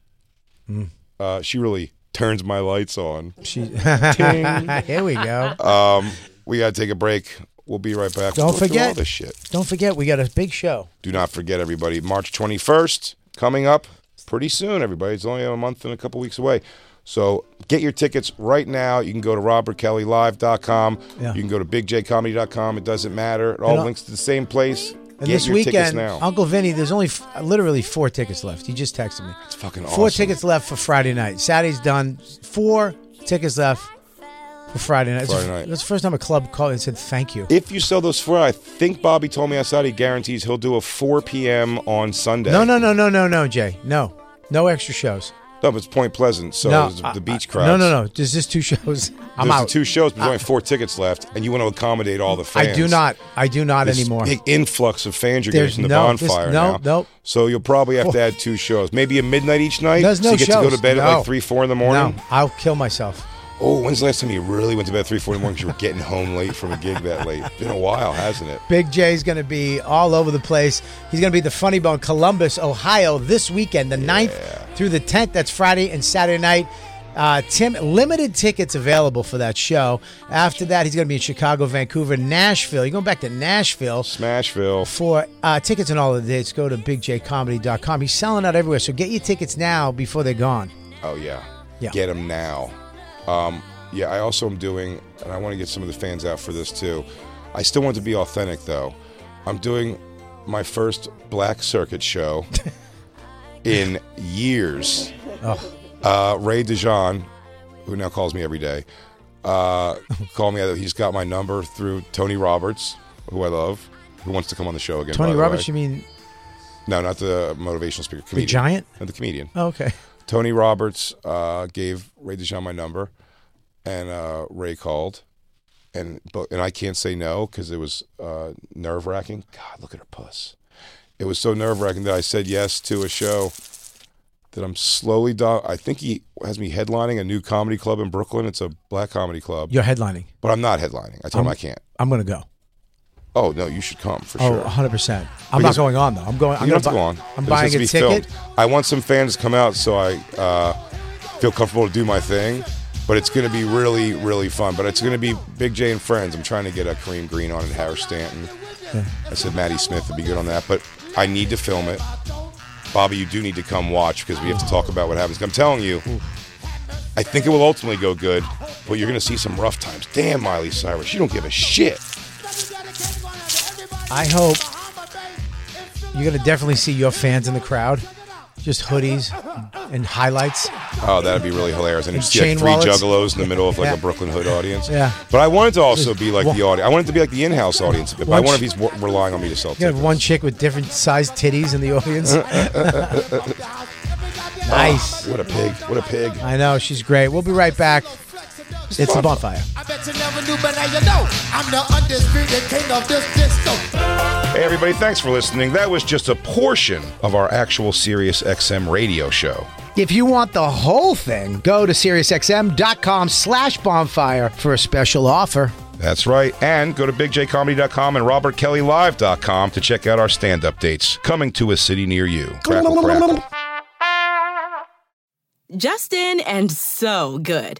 Speaker 1: Mm.
Speaker 3: Uh, she really turns my lights on.
Speaker 1: She.
Speaker 3: Ting.
Speaker 1: Here we go.
Speaker 3: um, we gotta take a break. We'll be right back. We'll
Speaker 1: Don't
Speaker 3: go through all
Speaker 1: forget.
Speaker 3: this shit.
Speaker 1: Don't forget, we got a big show.
Speaker 3: Do not forget, everybody. March 21st coming up pretty soon, everybody. It's only a month and a couple weeks away. So get your tickets right now. You can go to robertkellylive.com.
Speaker 1: Yeah.
Speaker 3: You can go to bigjcomedy.com. It doesn't matter. It all
Speaker 1: And, uh,
Speaker 3: links to the same place.
Speaker 1: And
Speaker 3: get
Speaker 1: this
Speaker 3: your tickets
Speaker 1: weekend,
Speaker 3: now.
Speaker 1: Uncle Vinny, there's only f- literally four tickets left. He just texted me. It's
Speaker 3: fucking
Speaker 1: Four
Speaker 3: awesome.
Speaker 1: tickets left for Friday night. Saturday's done. Four tickets left for Friday night. It's the
Speaker 3: Friday
Speaker 1: f-
Speaker 3: night.
Speaker 1: That's the first time a club called and said thank you.
Speaker 3: If you sell those four, I think Bobby told me outside he guarantees he'll do a 4 p.m. on Sunday.
Speaker 1: No, no, no, no, no, no, Jay. No. No extra shows.
Speaker 3: No, but it's Point Pleasant, so
Speaker 1: no,
Speaker 3: it's
Speaker 1: I-
Speaker 3: the
Speaker 1: I-
Speaker 3: beach crowd.
Speaker 1: No, no, no. There's just two shows. I'm
Speaker 3: There's the
Speaker 1: out.
Speaker 3: two shows, but there's
Speaker 1: I-
Speaker 3: only four tickets left, and you want to accommodate all the
Speaker 1: I
Speaker 3: fans.
Speaker 1: do not. I do not
Speaker 3: This
Speaker 1: anymore.
Speaker 3: Big influx of fans you're getting
Speaker 1: There's
Speaker 3: from the
Speaker 1: no- this-
Speaker 3: bonfire
Speaker 1: no,
Speaker 3: now.
Speaker 1: nope.
Speaker 3: So you'll probably have to add two shows, maybe a midnight each night.
Speaker 1: There's no
Speaker 3: so you get to go
Speaker 1: shows.
Speaker 3: to bed at
Speaker 1: No.
Speaker 3: like three, four in the morning.
Speaker 1: No, I'll kill myself.
Speaker 3: Oh, when's the last time you really went to bed at three, four in the morning? 'cause you were getting home late from a gig that late. Been a while, hasn't it?
Speaker 1: Big J's going to be all over the place. He's going to be at the Funny Bone, Columbus, Ohio, this weekend, the 9th through the 10th. That's Friday and Saturday night. Uh, Tim, limited tickets available for that show. After that, he's going to be in Chicago, Vancouver, Nashville. You're going back to Nashville.
Speaker 3: Smashville.
Speaker 1: For uh, tickets and all of the dates, go to bigjcomedy.com. He's selling out everywhere, so get your tickets now before they're gone.
Speaker 3: Oh yeah,
Speaker 1: Yeah.
Speaker 3: Get them now. Um, yeah, I also am doing, and I want to get some of the fans out for this too. I still want to be authentic though. I'm doing my first Black Circuit show in years.
Speaker 1: Oh.
Speaker 3: Uh, Ray DeJean, who now calls me every day, uh, called me. He's got my number through Tony Roberts, who I love, who wants to come on the show again.
Speaker 1: Tony
Speaker 3: by the
Speaker 1: Roberts,
Speaker 3: way.
Speaker 1: you mean?
Speaker 3: No, not the motivational speaker. Comedian.
Speaker 1: giant?
Speaker 3: No, the comedian.
Speaker 1: Oh, okay.
Speaker 3: Tony Roberts uh, gave Ray DeJean my number, and uh, Ray called, and but and I can't say no because it was uh, nerve wracking. God, look at her puss. It was so nerve wracking that I said yes to a show that I'm slowly. Do- I think he has me headlining a new comedy club in Brooklyn. It's a black comedy club.
Speaker 1: You're headlining.
Speaker 3: but I'm not headlining. I told him I can't.
Speaker 1: I'm going to go.
Speaker 3: Oh no, you should come for
Speaker 1: oh, 100%.
Speaker 3: sure.
Speaker 1: I'm
Speaker 3: Because-
Speaker 1: not going on, though. I'm going. I'm
Speaker 3: you
Speaker 1: gonna
Speaker 3: don't have to
Speaker 1: buy-
Speaker 3: go on.
Speaker 1: I'm
Speaker 3: It just
Speaker 1: buying
Speaker 3: has to
Speaker 1: a
Speaker 3: be
Speaker 1: ticket.
Speaker 3: filmed. I want some fans to come out so I uh, feel comfortable to do my thing. But it's going to be really, really fun. But it's going to be Big J and friends. I'm trying to get a Kareem Green on and Harris Stanton. I said Maddie Smith would be good on that, but I need to film it. Bobby, you do need to come watch because we have to talk about what happens. I'm telling you, I think it will ultimately go good, but you're going to see some rough times. Damn, Miley Cyrus, you don't give a shit.
Speaker 1: I hope you're gonna definitely see your fans in the crowd, just hoodies and highlights.
Speaker 3: Oh, that'd be really hilarious. And
Speaker 1: And
Speaker 3: it's just like
Speaker 1: chain
Speaker 3: three
Speaker 1: wallets.
Speaker 3: juggalos in the middle of like
Speaker 1: Yeah.
Speaker 3: a Brooklyn Hood audience.
Speaker 1: Yeah.
Speaker 3: But I wanted to also be like the audience. I wanted to be like the in-house audience a bit. But I
Speaker 1: Once-
Speaker 3: wonder if he's w- relying on me to sell
Speaker 1: You have
Speaker 3: tickets.
Speaker 1: one chick with different sized titties in the audience. nice.
Speaker 3: Oh, what a pig! What a pig!
Speaker 1: I know she's great. We'll be right back. It's the bonfire.
Speaker 6: I bet you never knew, but now you know. I'm the undisputed king of this disco.
Speaker 3: Hey everybody! Thanks for listening. That was just a portion of our actual Sirius XM radio show.
Speaker 1: If you want the whole thing, go to SiriusXM.com slash bonfire for a special offer.
Speaker 3: That's right. And go to bigjcomedy.com and robertkellylive.com to check out our stand-up dates coming to a city near you. Crackle, crackle.
Speaker 12: Just in and so good.